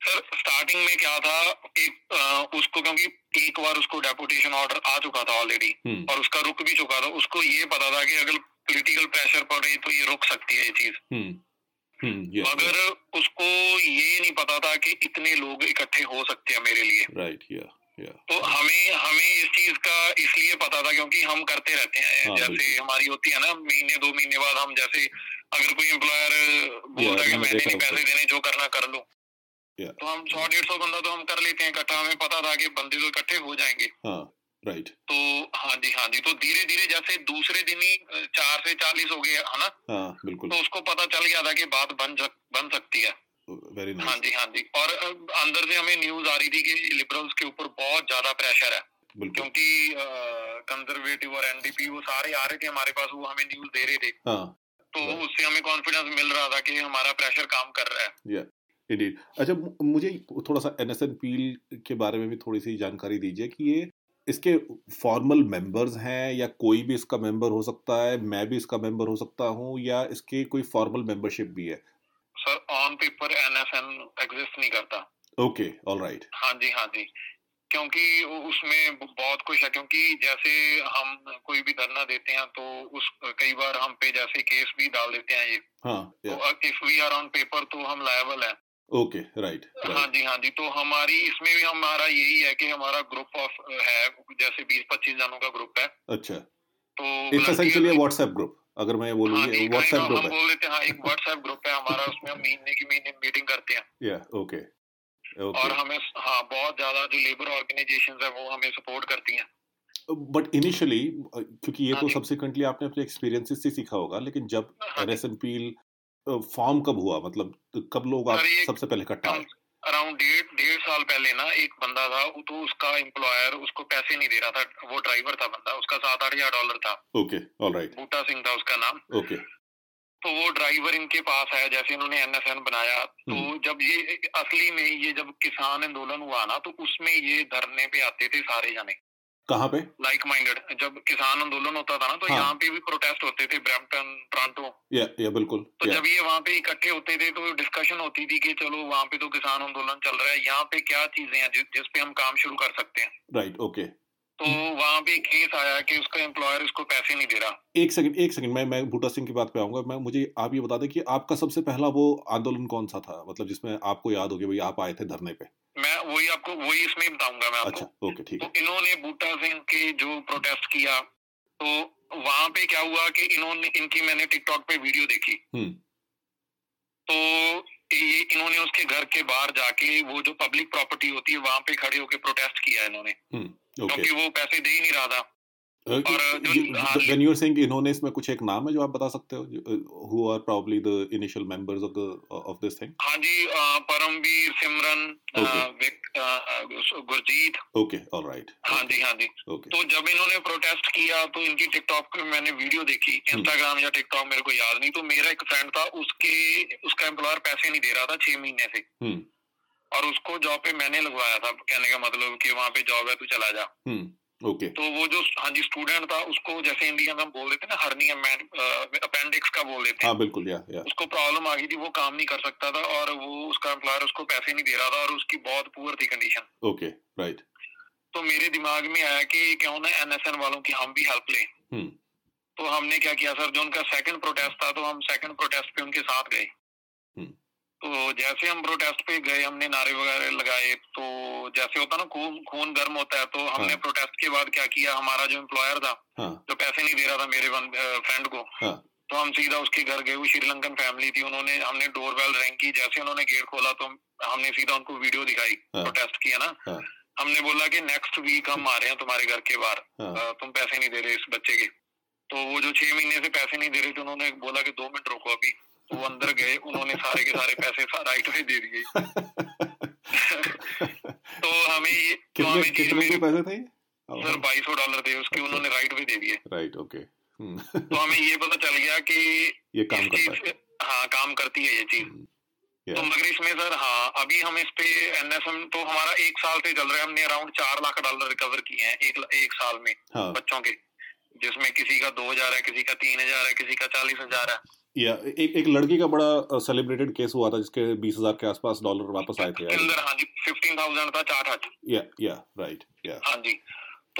Speaker 3: sir starting में क्या था एक अ, उसको क्योंकि एक बार उसको डेपुटेशन ऑर्डर आ चुका था ऑलरेडी
Speaker 2: हम्म
Speaker 3: और उसका रुक भी चुका था उसको ये पता था कि अगर पॉलिटिकल प्रेशर पड़ रही तो ये रुक सकती है ये चीज
Speaker 2: हम्म हम्म या
Speaker 3: मगर उसको ये नहीं पता था कि इतने लोग इकट्ठे हो सकते हैं मेरे लिए
Speaker 2: राइट या
Speaker 3: तो हमें हमें इस चीज का इसलिए पता था क्योंकि हम करते रहते हैं
Speaker 2: हाँ,
Speaker 3: जैसे
Speaker 2: बिल्कुल।
Speaker 3: हमारी होती है ना महीने दो महीने बाद हम जैसे अगर कोई एम्प्लॉयर बोलता है कि
Speaker 2: मैंने
Speaker 3: मैंने नहीं
Speaker 2: देखा होता
Speaker 3: पैसे देने जो करना कर लो
Speaker 2: Yeah.
Speaker 3: तो हम सौ डेढ़ सौ बंदा तो हम कर लेते हैं इकट्ठा हमें पता था कि बंदे तो इकट्ठे हो जाएंगे
Speaker 2: हाँ राइट
Speaker 3: तो हाँ जी हाँ जी तो धीरे धीरे जैसे दूसरे दिन ही अ, चार से चालीस हो गए है ना
Speaker 2: हाँ बिल्कुल
Speaker 3: तो उसको पता चल गया था कि बात बन सक- बन सकती है
Speaker 2: वेरी
Speaker 3: हाँ
Speaker 2: नाइस
Speaker 3: जी हाँ जी और अ, अंदर से हमें न्यूज आ रही थी कि लिबरल्स के ऊपर बहुत ज्यादा प्रेशर है
Speaker 2: बिल्कुल
Speaker 3: क्योंकि कंजर्वेटिव और एनडीपी वो सारे आ रहे थे हमारे पास वो हमें न्यूज दे रहे थे
Speaker 2: हाँ
Speaker 3: तो
Speaker 2: Right.
Speaker 3: उससे हमें कॉन्फिडेंस मिल रहा था कि हमारा प्रेशर काम कर रहा है
Speaker 2: इंडीड अच्छा मु- मुझे थोड़ा सा एन एस एन पील के बारे में भी थोड़ी सी जानकारी दीजिए कि ये इसके फॉर्मल मेंबर्स हैं या कोई भी इसका मेंबर हो सकता है मैं भी इसका मेंबर हो सकता हूँ या इसकी कोई फॉर्मल मेंबरशिप भी है
Speaker 3: sir on paper NFN exist नहीं करता
Speaker 2: ओके ऑल राइट
Speaker 3: हाँ जी हाँ जी क्योंकि उसमें बहुत कुछ है क्योंकि जैसे हम कोई भी धरना देते हैं तो उस कई बार हम पे जैसे केस भी डाल देते हैं ये
Speaker 2: हाँ
Speaker 3: तो if we are on paper तो हम लायबल हैं
Speaker 2: ओके राइट
Speaker 3: हाँ
Speaker 2: राइट
Speaker 3: जी हाँ जी तो हमारी इसमें भी हमारा यही है कि हमारा ग्रुप ऑफ है जैसे बीस पच्चीस जनों का ग्रुप है
Speaker 2: अच्छा
Speaker 3: तो
Speaker 2: इट्स
Speaker 3: लड़कियों-
Speaker 2: एसेंचुअली व्हाट्सएप ग्रुप अगर मैं ये बोलूँ
Speaker 3: हाँ जी kind
Speaker 2: व्हाट्सएप
Speaker 3: of
Speaker 2: ग्रुप
Speaker 3: हम
Speaker 2: है
Speaker 3: बोल देते हैं हाँ एक व्हाट्सएप ग्रुप है हमारा उसमें हम महीने की महीने मीटिंग करते हैं
Speaker 2: या ओके
Speaker 3: और
Speaker 2: ओके
Speaker 3: हमें हाँ बहुत ज्यादा जो लेबर ऑर्गेनाइजेशन है वो हमें सपोर्ट करती हैं
Speaker 2: बट इनिशियली क्योंकि ये
Speaker 3: हाँ
Speaker 2: तो
Speaker 3: जी।
Speaker 2: सब्सिक्वेंटली आपने अपने एक्सपीरियंसेस से सीखा होगा लेकिन जब
Speaker 3: हाँ
Speaker 2: N S N Peel form कब हुआ मतलब कब लोग आप
Speaker 3: सर, ये- हाँ।
Speaker 2: सबसे पहले इकट्ठा आए
Speaker 3: अराउंड डेढ़ डेढ़ साल पहले ना एक बंदा था वो तो उसका एम्प्लॉयर उसको पैसे नहीं दे रहा था वो ड्राइवर था बंदा उसका सात आठ हजार डॉलर था
Speaker 2: ओके ऑल राइट
Speaker 3: बूटा सिंह था उसका नाम
Speaker 2: ओके
Speaker 3: तो वो ड्राइवर इनके पास आया जैसे इन्होंने एनएसएन बनाया तो
Speaker 2: हम्म।
Speaker 3: जब ये असली में ये जब किसान आंदोलन हुआ ना तो उसमें ये धरने पे आते थे सारे जने
Speaker 2: कहाँ पे
Speaker 3: लाइक माइंडेड जब किसान आंदोलन होता था ना तो
Speaker 2: हाँ।
Speaker 3: यहाँ पे भी प्रोटेस्ट होते थे ब्रैम्पटन टोरंटो
Speaker 2: या या बिल्कुल
Speaker 3: तो
Speaker 2: या
Speaker 3: जब ये वहाँ पे इकट्ठे होते थे तो डिस्कशन होती थी कि चलो वहाँ पे तो किसान आंदोलन चल रहा है यहाँ पे क्या चीजें हैं जि, जिस पे हम काम शुरू कर सकते हैं
Speaker 2: राइट ओके
Speaker 3: तो
Speaker 2: हम्म।
Speaker 3: वहाँ पे एक केस आया कि उसका एम्प्लॉयर उसको पैसे नहीं दे रहा
Speaker 2: एक सेकंड एक सेकंड मैं मैं बूटा सिंह की बात पे आऊंगा मैं मुझे आप ये बता दें कि आपका सबसे पहला वो आंदोलन कौन सा था मतलब जिसमें आपको याद हो गया भाई आप आए थे धरने पे
Speaker 3: मैं वही आपको वही इसमें बताऊंगा मैं आपको
Speaker 2: अच्छा ओके ठीक है
Speaker 3: तो इन्होंने बूटा सिंह के जो प्रोटेस्ट किया तो वहाँ पे क्या हुआ कि इन्होंने इनकी मैंने टिकटॉक पे वीडियो देखी
Speaker 2: हम्म।
Speaker 3: तो ये इन्होंने उसके घर के बाहर जाके वो जो पब्लिक प्रॉपर्टी होती है वहाँ पे खड़े होके प्रोटेस्ट किया इन्होंने
Speaker 2: ओके
Speaker 3: क्योंकि वो पैसे दे ही नहीं रहा था और जो- हाँ।
Speaker 2: व्हेन यू आर सेइंग इन्होंने इसमें कुछ एक नाम है जो आप बता सकते हो who are probably the initial members of the of this thing
Speaker 3: हाँ जी अ, परमवीर सिमरन अ,
Speaker 2: Okay.
Speaker 3: विक- अ, अ, गुरजीत
Speaker 2: ओके ऑलराइट
Speaker 3: हाँ जी हाँ जी
Speaker 2: ओके
Speaker 3: तो जब इन्होंने प्रोटेस्ट किया तो इनकी टिकटॉक पे मैंने वीडियो देखी
Speaker 2: हम्म।
Speaker 3: इंस्टाग्राम या टिकटॉक मेरे को याद नहीं तो मेरा एक फ्रेंड था उसके उसका एम्प्लॉयर पैसे नहीं दे रहा था छह महीने से
Speaker 2: हम्म
Speaker 3: और उसको जॉब पे मैंने लगवाया था कहने का मतलब कि वहाँ पे जॉब है तू चला जा
Speaker 2: हम्म ओके
Speaker 3: तो वो जो हाँ जी स्टूडेंट था उसको जैसे इंडिया में हम बोल देते हैं ना हर्नियम अपेंडिक्स का बोल देते हैं
Speaker 2: हाँ बिल्कुल या या
Speaker 3: उसको प्रॉब्लम आ गई थी वो काम नहीं कर सकता था और वो उसका एम्प्लॉयर उसको पैसे नहीं दे रहा था और उसकी बहुत पुअर थी कंडीशन
Speaker 2: ओके राइट
Speaker 3: तो मेरे दिमाग में आया कि क्यों ना एनएसएन वालों की हम भी हेल्प लें
Speaker 2: हम्म
Speaker 3: तो हमने क्या किया सर जो उनका सेकंड प्रोटेस्ट था तो हम सेकंड प्रोटेस्ट पे उनके साथ गए
Speaker 2: हम्म।
Speaker 3: तो जैसे हम प्रोटेस्ट पे गए हमने नारे वगैरह लगाए तो जैसे होता है ना खून खून गर्म होता है तो हमने
Speaker 2: हाँ।
Speaker 3: प्रोटेस्ट के बाद क्या किया हमारा जो एम्प्लॉयर था
Speaker 2: हाँ
Speaker 3: जो तो पैसे नहीं दे रहा था मेरे फ्रेंड को
Speaker 2: हाँ।
Speaker 3: तो हम सीधा उसके घर गए वो श्रीलंकन फैमिली थी उन्होंने हमने डोर बेल रैंक की जैसे उन्होंने गेट खोला तो हमने सीधा उनको वीडियो दिखाई
Speaker 2: हाँ।
Speaker 3: प्रोटेस्ट किया ना
Speaker 2: हाँ।
Speaker 3: हमने बोला कि नेक्स्ट वीक हम आ रहे हैं तुम्हारे घर के बाहर
Speaker 2: हाँ
Speaker 3: अ, तुम पैसे नहीं दे रहे इस बच्चे के तो वो जो छह महीने से पैसे नहीं दे रहे थे उन्होंने बोला कि दो मिनट रोको अभी तो वो अंदर गए उन्होंने सारे के सारे पैसे राइट में दे
Speaker 2: [laughs]
Speaker 3: दिए तो हमें ये तो
Speaker 2: कितने
Speaker 3: हमें चीज
Speaker 2: कितने के
Speaker 3: मेरे
Speaker 2: पैसे थे
Speaker 3: सर
Speaker 2: ये Oh,
Speaker 3: बाईस सौ डॉलर थे उसके
Speaker 2: अच्छा।
Speaker 3: उन्होंने राइट में दे दिए
Speaker 2: राइट ओके
Speaker 3: तो हमें ये पता चल गया कि
Speaker 2: ये काम
Speaker 3: इस
Speaker 2: करता
Speaker 3: चीज हाँ काम करती है ये चीज
Speaker 2: है
Speaker 3: तो मगर इसमें सर हाँ अभी हम इस पे एनएसएम तो हमारा एक साल से चल रहा है हमने अराउंड चार लाख डॉलर रिकवर किए हैं एक एक साल में
Speaker 2: हाँ
Speaker 3: बच्चों के जिसमें किसी का दो हजार है किसी का तीन हजार है किसी का चालीस हजार है
Speaker 2: या एक एक लड़की का बड़ा सेलिब्रेटेड केस हुआ था जिसके 20000 के आसपास डॉलर वापस आए थे
Speaker 3: उसके अंदर हाँ जी फिफ्टीन थाउजेंड था चार हट
Speaker 2: या या राइट या
Speaker 3: हाँ जी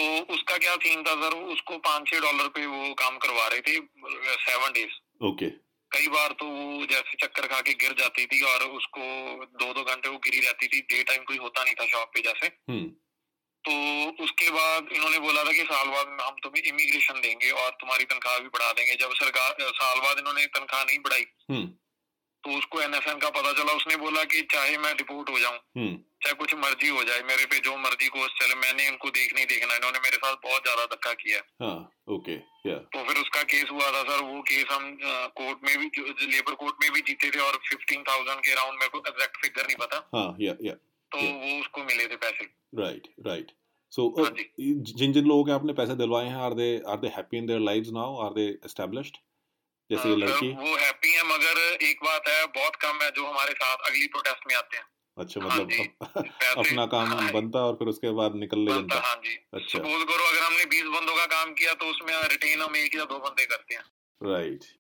Speaker 3: तो उसका क्या सीन था सर उसको पाँच छह डॉलर पे वो काम करवा रहे थे सेवन डेज
Speaker 2: ओके
Speaker 3: कई बार तो वो जैसे चक्कर खा के गिर जाती थी और उसको दो दो घंटे वो गिरी रहती थी डे टाइम कोई होता नहीं था शॉप पे जैसे
Speaker 2: हम्म
Speaker 3: तो उसके बाद इन्होंने बोला था कि साल बाद हम तुम्हें इमिग्रेशन देंगे और तुम्हारी तनख्वाह भी बढ़ा देंगे जब सरकार अ, साल बाद इन्होंने तनख्वाह नहीं बढ़ाई
Speaker 2: हम्म
Speaker 3: तो उसको एनएसएन का पता चला उसने बोला कि चाहे मैं डिपोर्ट हो जाऊं
Speaker 2: हम्म
Speaker 3: चाहे कुछ मर्जी हो जाए मेरे पे जो मर्जी कोर्स चले मैंने इनको देख नहीं देखना इन्होंने मेरे साथ बहुत ज्यादा धक्का किया
Speaker 2: हाँ ओके या
Speaker 3: तो फिर उसका केस हुआ था सर वो केस हम कोर्ट में भी लेबर कोर्ट में भी जीते थे और फिफ्टीन थाउजेंड के अराउंड मेरे को एग्जैक्ट फिगर नहीं पता
Speaker 2: हाँ या या
Speaker 3: तो
Speaker 2: Yeah.
Speaker 3: वो उसको मिले थे पैसे
Speaker 2: राइट राइट सो
Speaker 3: हाँ
Speaker 2: जिन जिन लोगों के आपने पैसे दिलवाए हैं are they are they happy in their lives now are they established जैसे ये
Speaker 3: हाँ,
Speaker 2: लड़की
Speaker 3: सर, वो हैप्पी है मगर एक बात है बहुत कम है जो हमारे साथ अगली प्रोटेस्ट में आते हैं
Speaker 2: अच्छा
Speaker 3: हाँ
Speaker 2: मतलब
Speaker 3: जी,
Speaker 2: अप- [laughs]
Speaker 3: पैसे
Speaker 2: अपना काम
Speaker 3: हाँ,
Speaker 2: बनता और फिर उसके बाद निकल ले
Speaker 3: बनता
Speaker 2: जनता
Speaker 3: हाँ जी
Speaker 2: अच्छा
Speaker 3: सपोज करो अगर हमने बीस बंदों का काम किया तो उसमें रिटेन हम एक या दो बंदे करते हैं
Speaker 2: राइट
Speaker 3: हाँ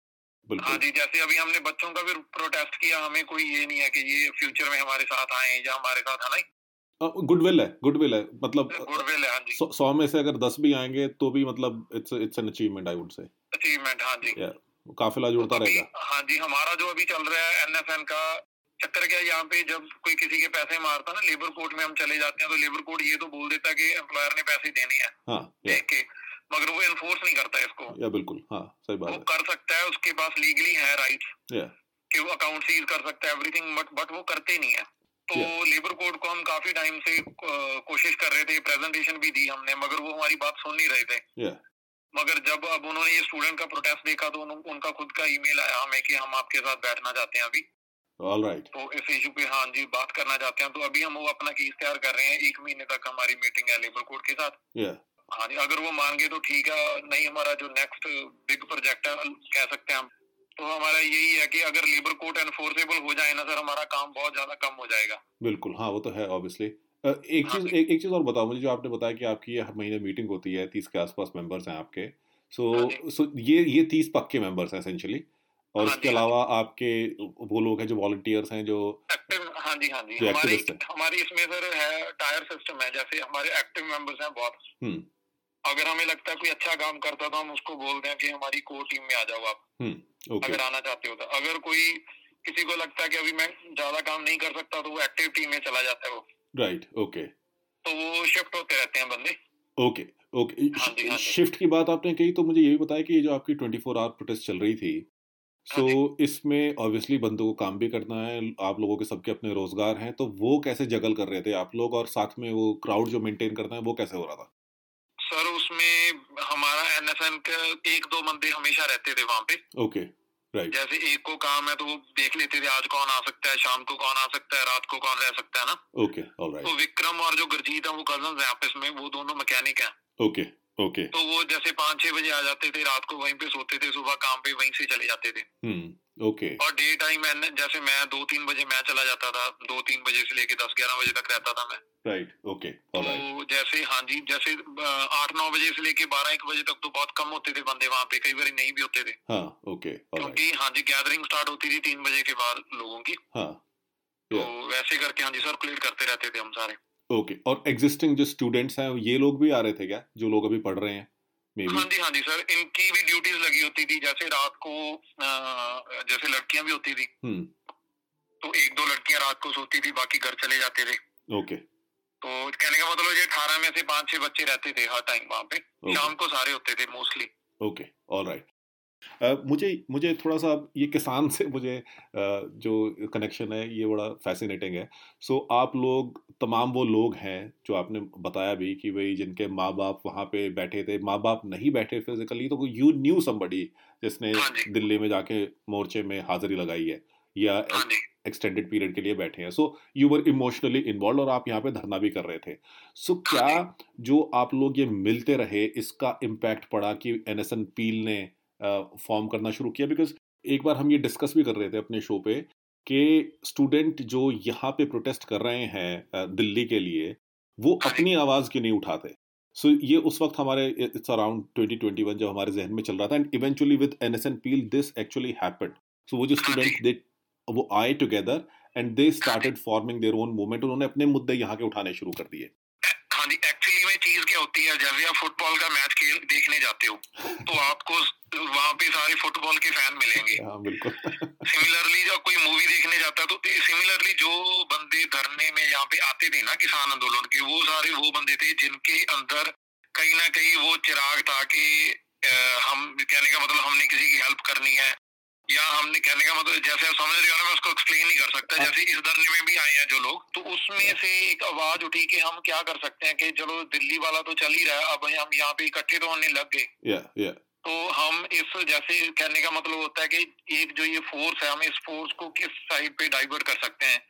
Speaker 2: बिल्कुल
Speaker 3: जी जैसे अभी हमने बच्चों का भी प्रोटेस्ट किया हमें कोई ये नहीं है कि ये फ्यूचर में हमारे साथ आए या हमारे साथ है ना
Speaker 2: गुडविल है गुडविल है मतलब
Speaker 3: गुडविल है हाँ जी
Speaker 2: सौ सौ में से अगर दस भी आएंगे तो भी मतलब it's it's an achievement I would say
Speaker 3: achievement हाँ जी
Speaker 2: काफिला जुड़ता
Speaker 3: अभी
Speaker 2: रहेगा
Speaker 3: हाँ जी हमारा जो अभी चल रहा है एनएफएन का चक्कर क्या है, यहाँ पे जब कोई किसी के पैसे मारता है ना लेबर कोर्ट में हम चले जाते हैं तो लेबर कोर्ट ये तो बोल देता है कि एम्प्लॉयर ने पैसे देने हैं
Speaker 2: हाँ या
Speaker 3: देख के मगर वो एनफोर्स नहीं करता इसको
Speaker 2: या बिल्कुल हाँ सही बात
Speaker 3: वो
Speaker 2: है
Speaker 3: कर सकता है उसके पास लीगली है राइट
Speaker 2: Yeah.
Speaker 3: कि वो अकाउंट सीज कर सकता है एवरीथिंग बट बट वो करते नहीं है तो
Speaker 2: Yeah.
Speaker 3: लेबर कोड को हम काफी टाइम से अ, कोशिश कर रहे थे प्रेजेंटेशन भी दी हमने मगर वो हमारी बात सुन नहीं रहे थे
Speaker 2: Yeah.
Speaker 3: मगर जब अब उन्होंने ये स्टूडेंट का प्रोटेस्ट देखा तो उन, उनका खुद का ईमेल आया हमें कि हम आपके साथ बैठना चाहते हैं अभी
Speaker 2: ऑल राइट
Speaker 3: तो इस इशू पे हाँ जी बात करना चाहते हैं तो अभी हम वो अपना केस तैयार कर रहे हैं एक महीने तक हमारी मीटिंग है लेबर कोड के साथ
Speaker 2: या
Speaker 3: हाँ जी अगर वो मान गए तो ठीक है नहीं हमारा जो नेक्स्ट बिग प्रोजेक्ट है कह सकते हैं हम तो हमारा यही है कि अगर लेबर कोड एनफोर्सेबल हो जाए ना सर हमारा काम बहुत ज्यादा कम हो जाएगा
Speaker 2: बिल्कुल हाँ वो तो है ऑब्वियसली एक
Speaker 3: हाँ
Speaker 2: चीज
Speaker 3: जी।
Speaker 2: एक, एक चीज और बताओ मुझे जो आपने बताया कि आपकी ये हर महीने मीटिंग होती है तीस के आसपास मेंबर्स हैं आपके सो
Speaker 3: हाँ
Speaker 2: सो ये ये तीस पक्के मेंबर्स हैं एसेंशली और
Speaker 3: हाँ
Speaker 2: इसके
Speaker 3: जी, हाँ
Speaker 2: अलावा आपके वो लोग हैं जो वॉलंटियर्स हैं जो
Speaker 3: एक्टिव हाँ जी हाँ जी
Speaker 2: जो
Speaker 3: हमारे
Speaker 2: activist है।
Speaker 3: हमारी इसमें सर है टायर सिस्टम है जैसे हमारे एक्टिव मेंबर्स हैं बहुत
Speaker 2: हम्म
Speaker 3: अगर हमें लगता है कोई अच्छा काम करता है, तो हम उसको बोलते हैं कि हमारी कोर टीम में आ जाओ आप
Speaker 2: ओके
Speaker 3: अगर आना चाहते हो तो अगर कोई किसी को लगता है कि अभी मैं ज्यादा काम नहीं कर सकता तो वो एक्टिव टीम में चला जाता है वो
Speaker 2: राइट ओके
Speaker 3: तो वो शिफ्ट होते रहते हैं बंदे
Speaker 2: ओके
Speaker 3: हाँ जी,
Speaker 2: ओके
Speaker 3: हाँ जी।
Speaker 2: शिफ्ट की बात आपने कही तो मुझे ये भी बताया कि ये जो आपकी ट्वेंटी फोर आवर प्रोटेस्ट चल रही थी सो
Speaker 3: हाँ
Speaker 2: इसमें ऑब्वियसली बंदों को काम भी करना है आप लोगों के सबके अपने रोजगार हैं तो वो कैसे जगल कर रहे थे आप लोग और साथ में वो क्राउड जो मेंटेन करना है वो कैसे हो रहा था
Speaker 3: सर उसमें हमारा एनएसएन के एक दो बंदे हमेशा रहते थे वहां पे
Speaker 2: ओके राइट
Speaker 3: जैसे एक को काम है तो वो देख लेते थे आज कौन आ सकता है शाम को कौन आ सकता है रात को कौन रह सकता है ना
Speaker 2: ओके ऑल
Speaker 3: तो
Speaker 2: राइट
Speaker 3: विक्रम और जो गुरजीत है वो कजन है आपस में वो दोनों मैकेनिक हैं
Speaker 2: ओके ओके
Speaker 3: तो वो जैसे पाँच छह बजे आ जाते थे रात को वहीं पे सोते थे सुबह काम पे वहीं से चले जाते थे
Speaker 2: हम्म ओके
Speaker 3: और डे टाइम जैसे मैं दो तीन बजे मैं चला जाता था दो तीन बजे से लेके दस ग्यारह बजे तक रहता था मैं
Speaker 2: राइट ओके ऑल राइट
Speaker 3: तो जैसे हाँ जी जैसे अ, आठ नौ बजे से लेके बारह एक बजे तक तो बहुत कम होते थे बंदे वहाँ पे कई बार नहीं भी होते थे
Speaker 2: हाँ ओके ऑल राइट
Speaker 3: क्योंकि हाँ जी गैदरिंग स्टार्ट होती थी तीन बजे के बाद लोगों की
Speaker 2: हाँ
Speaker 3: तो वैसे करके हाँ जी सर्कुलेट करते रहते थे हम सारे
Speaker 2: ओके और एग्जिस्टिंग जो स्टूडेंट्स हैं ये लोग भी आ रहे थे क्या जो लोग अभी पढ़ रहे हैं मे
Speaker 3: हाँ
Speaker 2: बी
Speaker 3: जी हाँ जी सर इनकी भी ड्यूटीज लगी होती थी जैसे रात को अ, जैसे लड़कियां भी होती थी तो एक दो लड़कियां रात को सोती थी बाकी घर चले जाते थे
Speaker 2: ओके
Speaker 3: तो कहने का मतलब ये अठारह में से पांच छह बच्चे रहते थे हर टाइम वहाँ पे शाम को सारे होते थे मोस्टली
Speaker 2: ओके ऑल राइट मुझे मुझे थोड़ा सा अब ये किसान से मुझे अ, जो कनेक्शन है ये बड़ा फैसिनेटिंग है सो आप लोग तमाम वो लोग हैं जो आपने बताया भी कि भाई जिनके माँ बाप वहाँ पे बैठे थे माँ बाप नहीं बैठे फिजिकली तो यू न्यू समबडी जिसने
Speaker 3: हाँ जी।
Speaker 2: दिल्ली में जाके मोर्चे में हाजिरी लगाई है या
Speaker 3: हाँ जी
Speaker 2: एक्सटेंडेड पीरियड के लिए बैठे हैं so you were emotionally involve और आप यहाँ पे धरना भी कर रहे थे सो so, क्या जो आप लोग ये मिलते रहे इसका इम्पैक्ट पड़ा कि एन एस एन पील ने फॉर्म करना शुरू किया बिकॉज एक बार हम ये डिस्कस भी कर रहे थे अपने शो पे कि स्टूडेंट जो यहाँ पे प्रोटेस्ट कर रहे हैं अ, दिल्ली के लिए वो
Speaker 3: हाँ जी।
Speaker 2: अपनी आवाज़ क्यों नहीं उठाते सो so, ये उस वक्त हमारे इट्स अराउंड 2021 जब हमारे जहन में चल रहा था and eventually with N S N peel this actually happened so वो जो
Speaker 3: हाँ जी।
Speaker 2: स्टूडेंट दे वो आए together and they started forming their own movement उन्होंने अपने मुद्दे यहाँ के उठाने शुरू कर दिए
Speaker 3: हाँ जी एक्चुअली में चीज क्या होती है जब भी आप फुटबॉल का मैच खेल देखने जाते हो तो आपको वहाँ पे सारे फुटबॉल के फैन मिलेंगे
Speaker 2: हाँ [laughs] बिल्कुल
Speaker 3: सिमिलरली जब कोई मूवी देखने जाता तो सिमिलरली जो बंदे धरने में यहाँ पे आते थे ना किसान आंदोलन के वो सारे वो बंदे थे जिनके अंदर कहीं ना कहीं वो चिराग था कि अ, हम कहने का मतलब हमने किसी की हेल्प करनी है या हमने कहने का मतलब जैसे आप समझ रहे हो ना मैं उसको एक्सप्लेन नहीं कर सकता जैसे इस धरने में भी आए हैं जो लोग तो उसमें से एक आवाज उठी कि हम क्या कर सकते हैं कि चलो दिल्ली वाला तो चल ही रहा है अब हम यहाँ पे इकट्ठे तो होने लग गए
Speaker 2: या या
Speaker 3: तो हम इस जैसे कहने का मतलब होता है कि एक जो ये फोर्स है हम इस फोर्स को किस साइड पे डाइवर्ट कर सकते हैं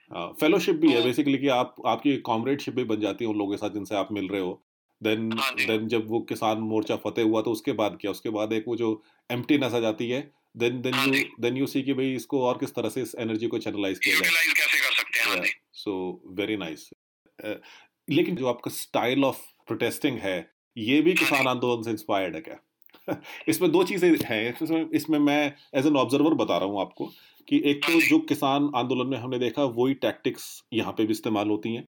Speaker 2: फेलोशिप हाँ, भी है
Speaker 3: तो-
Speaker 2: बेसिकली कि आप आपकी कॉमरेडशिप भी बन जाती है उन लोगों के साथ जिनसे आप मिल रहे हो देन
Speaker 3: हाँ जी।
Speaker 2: देन जब वो किसान मोर्चा फतेह हुआ तो उसके बाद क्या उसके बाद एक वो जो एम्प्टीनेस आ जाती है देन देन
Speaker 3: हाँ
Speaker 2: यू
Speaker 3: जी।
Speaker 2: देन यू सी कि भाई इसको और किस तरह से इस एनर्जी को चैनलाइज किया जाए
Speaker 3: यूटिलाइज कैसे कर सकते हैं हाँ जी
Speaker 2: सो वेरी नाइस लेकिन जो आपका स्टाइल ऑफ प्रोटेस्टिंग है ये
Speaker 3: हाँ
Speaker 2: भी किसान आंदोलन से इंस्पायर्ड है क्या [laughs] इसमें दो चीज़ें हैं इसमें इसमें मैं एज एन ऑब्जर्वर बता रहा हूँ आपको कि एक
Speaker 3: हाँ
Speaker 2: तो जो किसान आंदोलन में हमने देखा वही टैक्टिक्स यहाँ पे भी इस्तेमाल होती हैं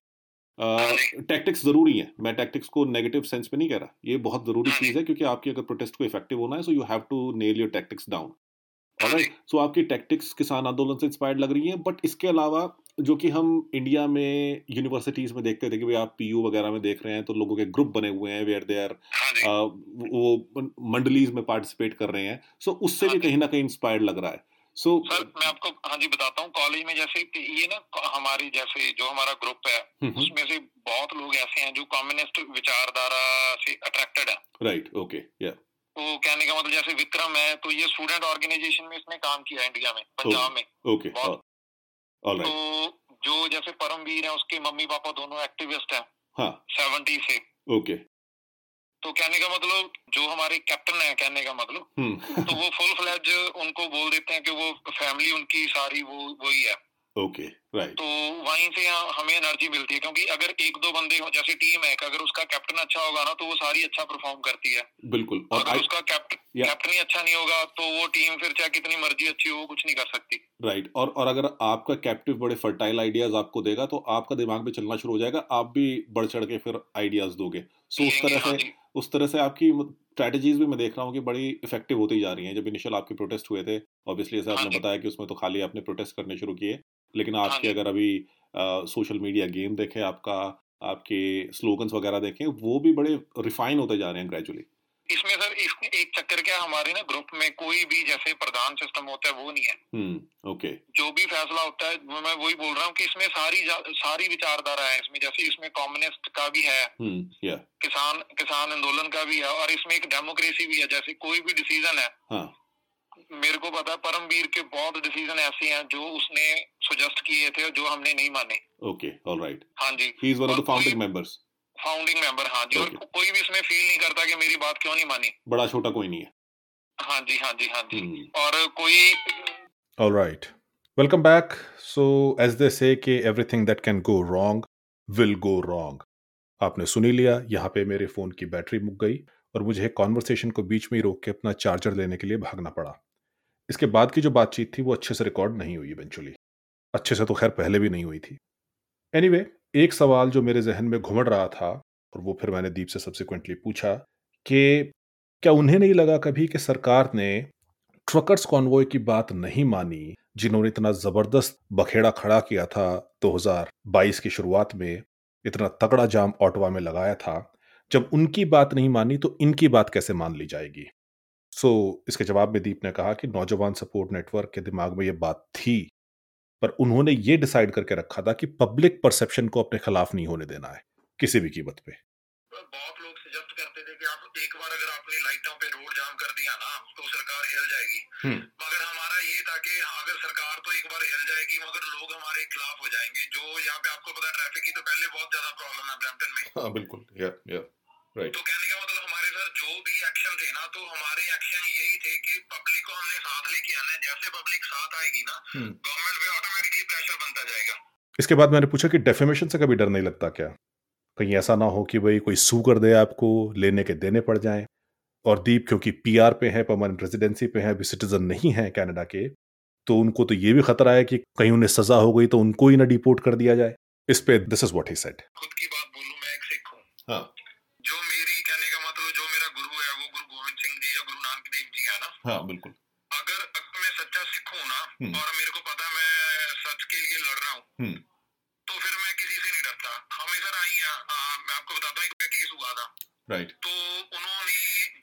Speaker 3: हाँ
Speaker 2: टैक्टिक्स ज़रूरी है मैं टैक्टिक्स को नेगेटिव सेंस में नहीं कह रहा ये बहुत
Speaker 3: हाँ
Speaker 2: ज़रूरी चीज़ है क्योंकि आपकी अगर प्रोटेस्ट को इफेक्टिव होना है so you have to nail your tactics down
Speaker 3: हाँ जी
Speaker 2: ऑलराइट सो आपकी टैक्टिक्स किसान आंदोलन से इंस्पायर्ड लग रही है बट इसके अलावा जो कि हम इंडिया में यूनिवर्सिटीज में देखते थे कि भाई आप पीयू वगैरह में देख रहे हैं तो लोगों के ग्रुप बने हुए हैं वेयर दे आर
Speaker 3: हाँ
Speaker 2: Uh,
Speaker 3: जी
Speaker 2: वो मंडलीज में पार्टिसिपेट कर रहे हैं सो उससे भी कहीं ना कहीं इंस्पायर्ड लग रहा है सो
Speaker 3: सर मैं आपको हाँ जी बताता हूँ कॉलेज में जैसे कि ये ना हमारी जैसे जो हमारा ग्रुप है उसमें से बहुत लोग ऐसे हैं जो कम्युनिस्ट विचारधारा से अट्रैक्टेड है
Speaker 2: राइट ओके या
Speaker 3: तो कहने का मतलब जैसे विक्रम है तो ये स्टूडेंट ऑर्गेनाइजेशन में इसने काम किया है इंडिया में पंजाब में
Speaker 2: ओके ऑल राइट
Speaker 3: तो जो जैसे परमवीर है उसके मम्मी पापा दोनों एक्टिविस्ट हैं
Speaker 2: हाँ
Speaker 3: सेवेंटी से
Speaker 2: ओके
Speaker 3: तो कहने का मतलब जो हमारे कैप्टन है कहने का मतलब
Speaker 2: hmm,
Speaker 3: तो वो फुल फ्लैज उनको बोल देते हैं कि वो फैमिली उनकी सारी वो वही है
Speaker 2: ओके राइट
Speaker 3: तो वहीं से हम- हमें एनर्जी मिलती है क्योंकि अगर एक दो बंदे हो जैसे टीम है एक, अगर उसका कैप्टन अच्छा होगा ना तो वो सारी अच्छा परफॉर्म करती है
Speaker 2: बिल्कुल और
Speaker 3: अगर उसका कैप्टन
Speaker 2: Yeah.
Speaker 3: कैप्टन ही अच्छा नहीं होगा तो वो टीम फिर चाहे कितनी मर्जी अच्छी हो वो कुछ नहीं कर सकती
Speaker 2: राइट और और अगर आपका कैप्टिव बड़े फर्टाइल आइडियाज आपको देगा तो आपका दिमाग भी चलना शुरू हो जाएगा आप भी बढ़ चढ़ के फिर आइडियाज दोगे सो उस तरह
Speaker 3: हाँ
Speaker 2: से
Speaker 3: जी
Speaker 2: उस तरह से आपकी स्ट्रैटेजीज भी मैं देख रहा हूँ कि बड़ी इफेक्टिव होती जा रही हैं जब इनिशियल आपके प्रोटेस्ट हुए थे ऑब्वियसली जैसे
Speaker 3: हाँ
Speaker 2: आपने
Speaker 3: जी।
Speaker 2: बताया कि उसमें तो खाली आपने प्रोटेस्ट करने शुरू किए लेकिन
Speaker 3: हाँ
Speaker 2: आपके
Speaker 3: जी।
Speaker 2: अगर अभी सोशल मीडिया गेम देखें आपका आपके स्लोगन्स वगैरह देखें वो भी बड़े रिफाइन होते जा रहे हैं ग्रेजुअली
Speaker 3: इसमें सर इस एक चक्कर क्या है, हमारे ना ग्रुप में कोई भी जैसे प्रधान सिस्टम होता है वो नहीं है
Speaker 2: हम्म ओके
Speaker 3: जो भी फैसला होता है वो मैं वही बोल रहा हूँ कि इसमें सारी जा- सारी विचारधारा है इसमें जैसे इसमें कम्युनिस्ट का भी है
Speaker 2: हम्म या
Speaker 3: किसान किसान आंदोलन का भी है और इसमें एक डेमोक्रेसी भी है जैसे कोई भी डिसीजन है
Speaker 2: हाँ
Speaker 3: मेरे को पता है परमवीर के बहुत डिसीजन ऐसे हैं जो उसने सुजेस्ट किए थे और जो हमने नहीं माने
Speaker 2: ओके ऑल राइट
Speaker 3: हाँ जी
Speaker 2: he is one of the
Speaker 3: और कोई-
Speaker 2: फाउंडिंग मेंबर्स
Speaker 3: फाउंडिंग मेंबर हाँ जी और
Speaker 2: Okay.
Speaker 3: कोई भी इसमें फील नहीं करता कि मेरी बात क्यों नहीं मानी
Speaker 2: बड़ा छोटा कोई नहीं है
Speaker 3: हाँ जी हाँ जी हाँ जी
Speaker 2: हम्म
Speaker 3: और कोई
Speaker 1: All right. Welcome back. So, as they say, कि everything that can go wrong will go wrong. आपने सुनी लिया यहाँ पे मेरे फ़ोन की बैटरी मुक गई और मुझे कॉन्वर्सेशन को बीच में ही रोक के अपना चार्जर लेने के लिए भागना पड़ा इसके बाद की जो बातचीत थी वो अच्छे से रिकॉर्ड नहीं हुई इवेंचुअली अच्छे से तो खैर पहले भी नहीं हुई थी एनीवे anyway, एक सवाल जो मेरे जहन में घुमड़ रहा था और वो फिर मैंने दीप से सब्सिक्वेंटली पूछा कि क्या उन्हें नहीं लगा कभी कि सरकार ने ट्रकर्स कॉन्वॉय की बात नहीं मानी जिन्होंने इतना ज़बरदस्त बखेड़ा खड़ा किया था 2022 की शुरुआत में इतना तगड़ा जाम ऑटवा में लगाया था जब उनकी बात नहीं मानी तो इनकी बात कैसे मान ली जाएगी सो so, इसके जवाब में दीप ने कहा कि नौजवान सपोर्ट नेटवर्क के दिमाग में ये बात थी पर उन्होंने ये डिसाइड करके रखा था कि पब्लिक परसेप्शन को अपने खिलाफ नहीं होने देना है किसी भी कीमत पे
Speaker 3: तो बहुत लोग सजेस्ट करते थे कि आप एक बार अगर आपने लाइटों पे रोड जाम कर दिया ना तो सरकार हिल जाएगी मगर हमारा ये था कि अगर सरकार तो एक बार हिल जाएगी मगर लोग हमारे खिलाफ हो जाएंगे जो यहाँ पे आपको पता है ट्रैफिक की तो पहले बहुत ज्यादा प्रॉब्लम है ब्रैम्पटन में
Speaker 2: हाँ बिल्कुल या या राइट
Speaker 3: तो कहने का मतलब हमारे सर जो भी एक्शन थे ना तो हमारे एक्शन यही थे कि पब्लिक को हमने साथ लेके आना है जैसे पब्लिक साथ आएगी ना
Speaker 2: हम्म।
Speaker 3: गवर्नमेंट पे ऑटोमेटिकली प्रेशर बनता जाएगा
Speaker 1: इसके बाद मैंने पूछा कि डेफिमेशन से कभी डर नहीं लगता क्या कहीं ऐसा ना हो कि भाई कोई सू कर दे आपको लेने के देने पड़ जाएं और दीप क्योंकि पीआर पे हैं परमानेंट रेजिडेंसी पे हैं अभी सिटीजन नहीं हैं कनाडा के तो उनको तो ये भी खतरा है कि कहीं उन्हें सजा हो गई तो उनको ही ना डिपोर्ट कर दिया जाए इस पे this is what he said
Speaker 3: खुद की बात बोलूं मैं एक सिख हूँ
Speaker 2: हाँ
Speaker 3: जो मेरी कहने का मतलब जो मेरा गुरु है वो गुरु गोविंद सिंह जी या गुरु नानक देव जी है ना
Speaker 2: हाँ बिल्कुल
Speaker 3: अगर अगर मैं सच्चा सिख हूँ ना
Speaker 2: हम्म।
Speaker 3: और मेरे को पता है मैं सच के लिए लड़ रहा हूँ
Speaker 2: हम्म।
Speaker 3: तो फिर मैं किसी से नहीं डरता हमें सर आई हैं आ, मैं आपको बताता हूँ एक केस हुआ था
Speaker 2: राइट
Speaker 3: तो उन्होंने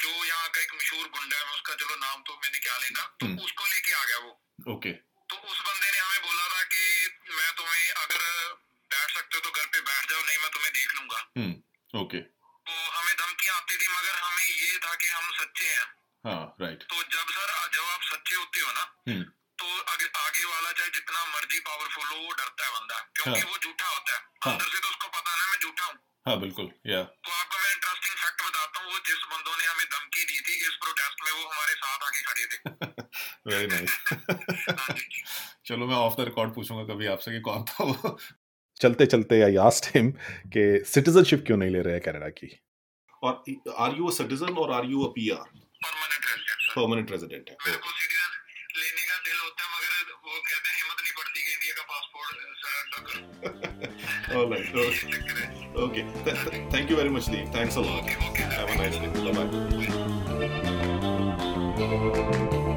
Speaker 3: जो यहाँ का एक मशहूर गुंडा है उसका चलो नाम तो मैंने क्या लेना तो
Speaker 2: हम्म।
Speaker 3: उसको लेके आ गया वो
Speaker 2: ओके
Speaker 3: तो उस बंदे ने हमें बोला था कि मैं तुम्हें अगर बैठ सकते हो तो घर पे बैठ जाओ नहीं मैं तुम्हें देख लूंगा
Speaker 2: ओके
Speaker 3: तो हमें धमकियां आती थी मगर हमें ये था कि हम सच्चे हैं
Speaker 2: हाँ राइट
Speaker 3: तो जब सर जब आप सच्चे होते हो ना
Speaker 2: हम्म।
Speaker 3: तो आगे, आगे वाला चाहे जितना मर्जी पावरफुल हो वो डरता है बंदा क्योंकि
Speaker 2: हाँ।
Speaker 3: वो झूठा होता है
Speaker 2: हाँ।
Speaker 3: अंदर से तो उसको पता ना मैं झूठा हूँ
Speaker 2: हाँ बिल्कुल या
Speaker 3: तो आपको मैं इंटरेस्टिंग फैक्ट बताता हूँ वो जिस बंदों ने हमें धमकी दी थी इस प्रोटेस्ट में वो हमारे साथ आके खड़े थे
Speaker 2: [laughs] वेरी नाइस
Speaker 3: हाँ जी जी
Speaker 2: चलो मैं ऑफ द रिकॉर्ड पूछूंगा कभी आपसे कि कौन था वो
Speaker 1: चलते चलते आई आस्ट हिम कि सिटीजनशिप क्यों नहीं ले रहे हैं कनाडा की
Speaker 2: और आर यू अ सिटीजन और are you a PR
Speaker 3: permanent resident sir
Speaker 2: permanent resident है
Speaker 3: मेरे को सिटीजन लेने का दिल होता है मगर वो कहते हैं हिम्मत नहीं पड़ती कि इंडिया का पासपोर्ट सरेंडर करो
Speaker 2: ऑलराइट
Speaker 3: [laughs] ये चक्कर है
Speaker 2: okay thank you very much Deep thanks a lot
Speaker 3: okay okay
Speaker 2: have a nice day bye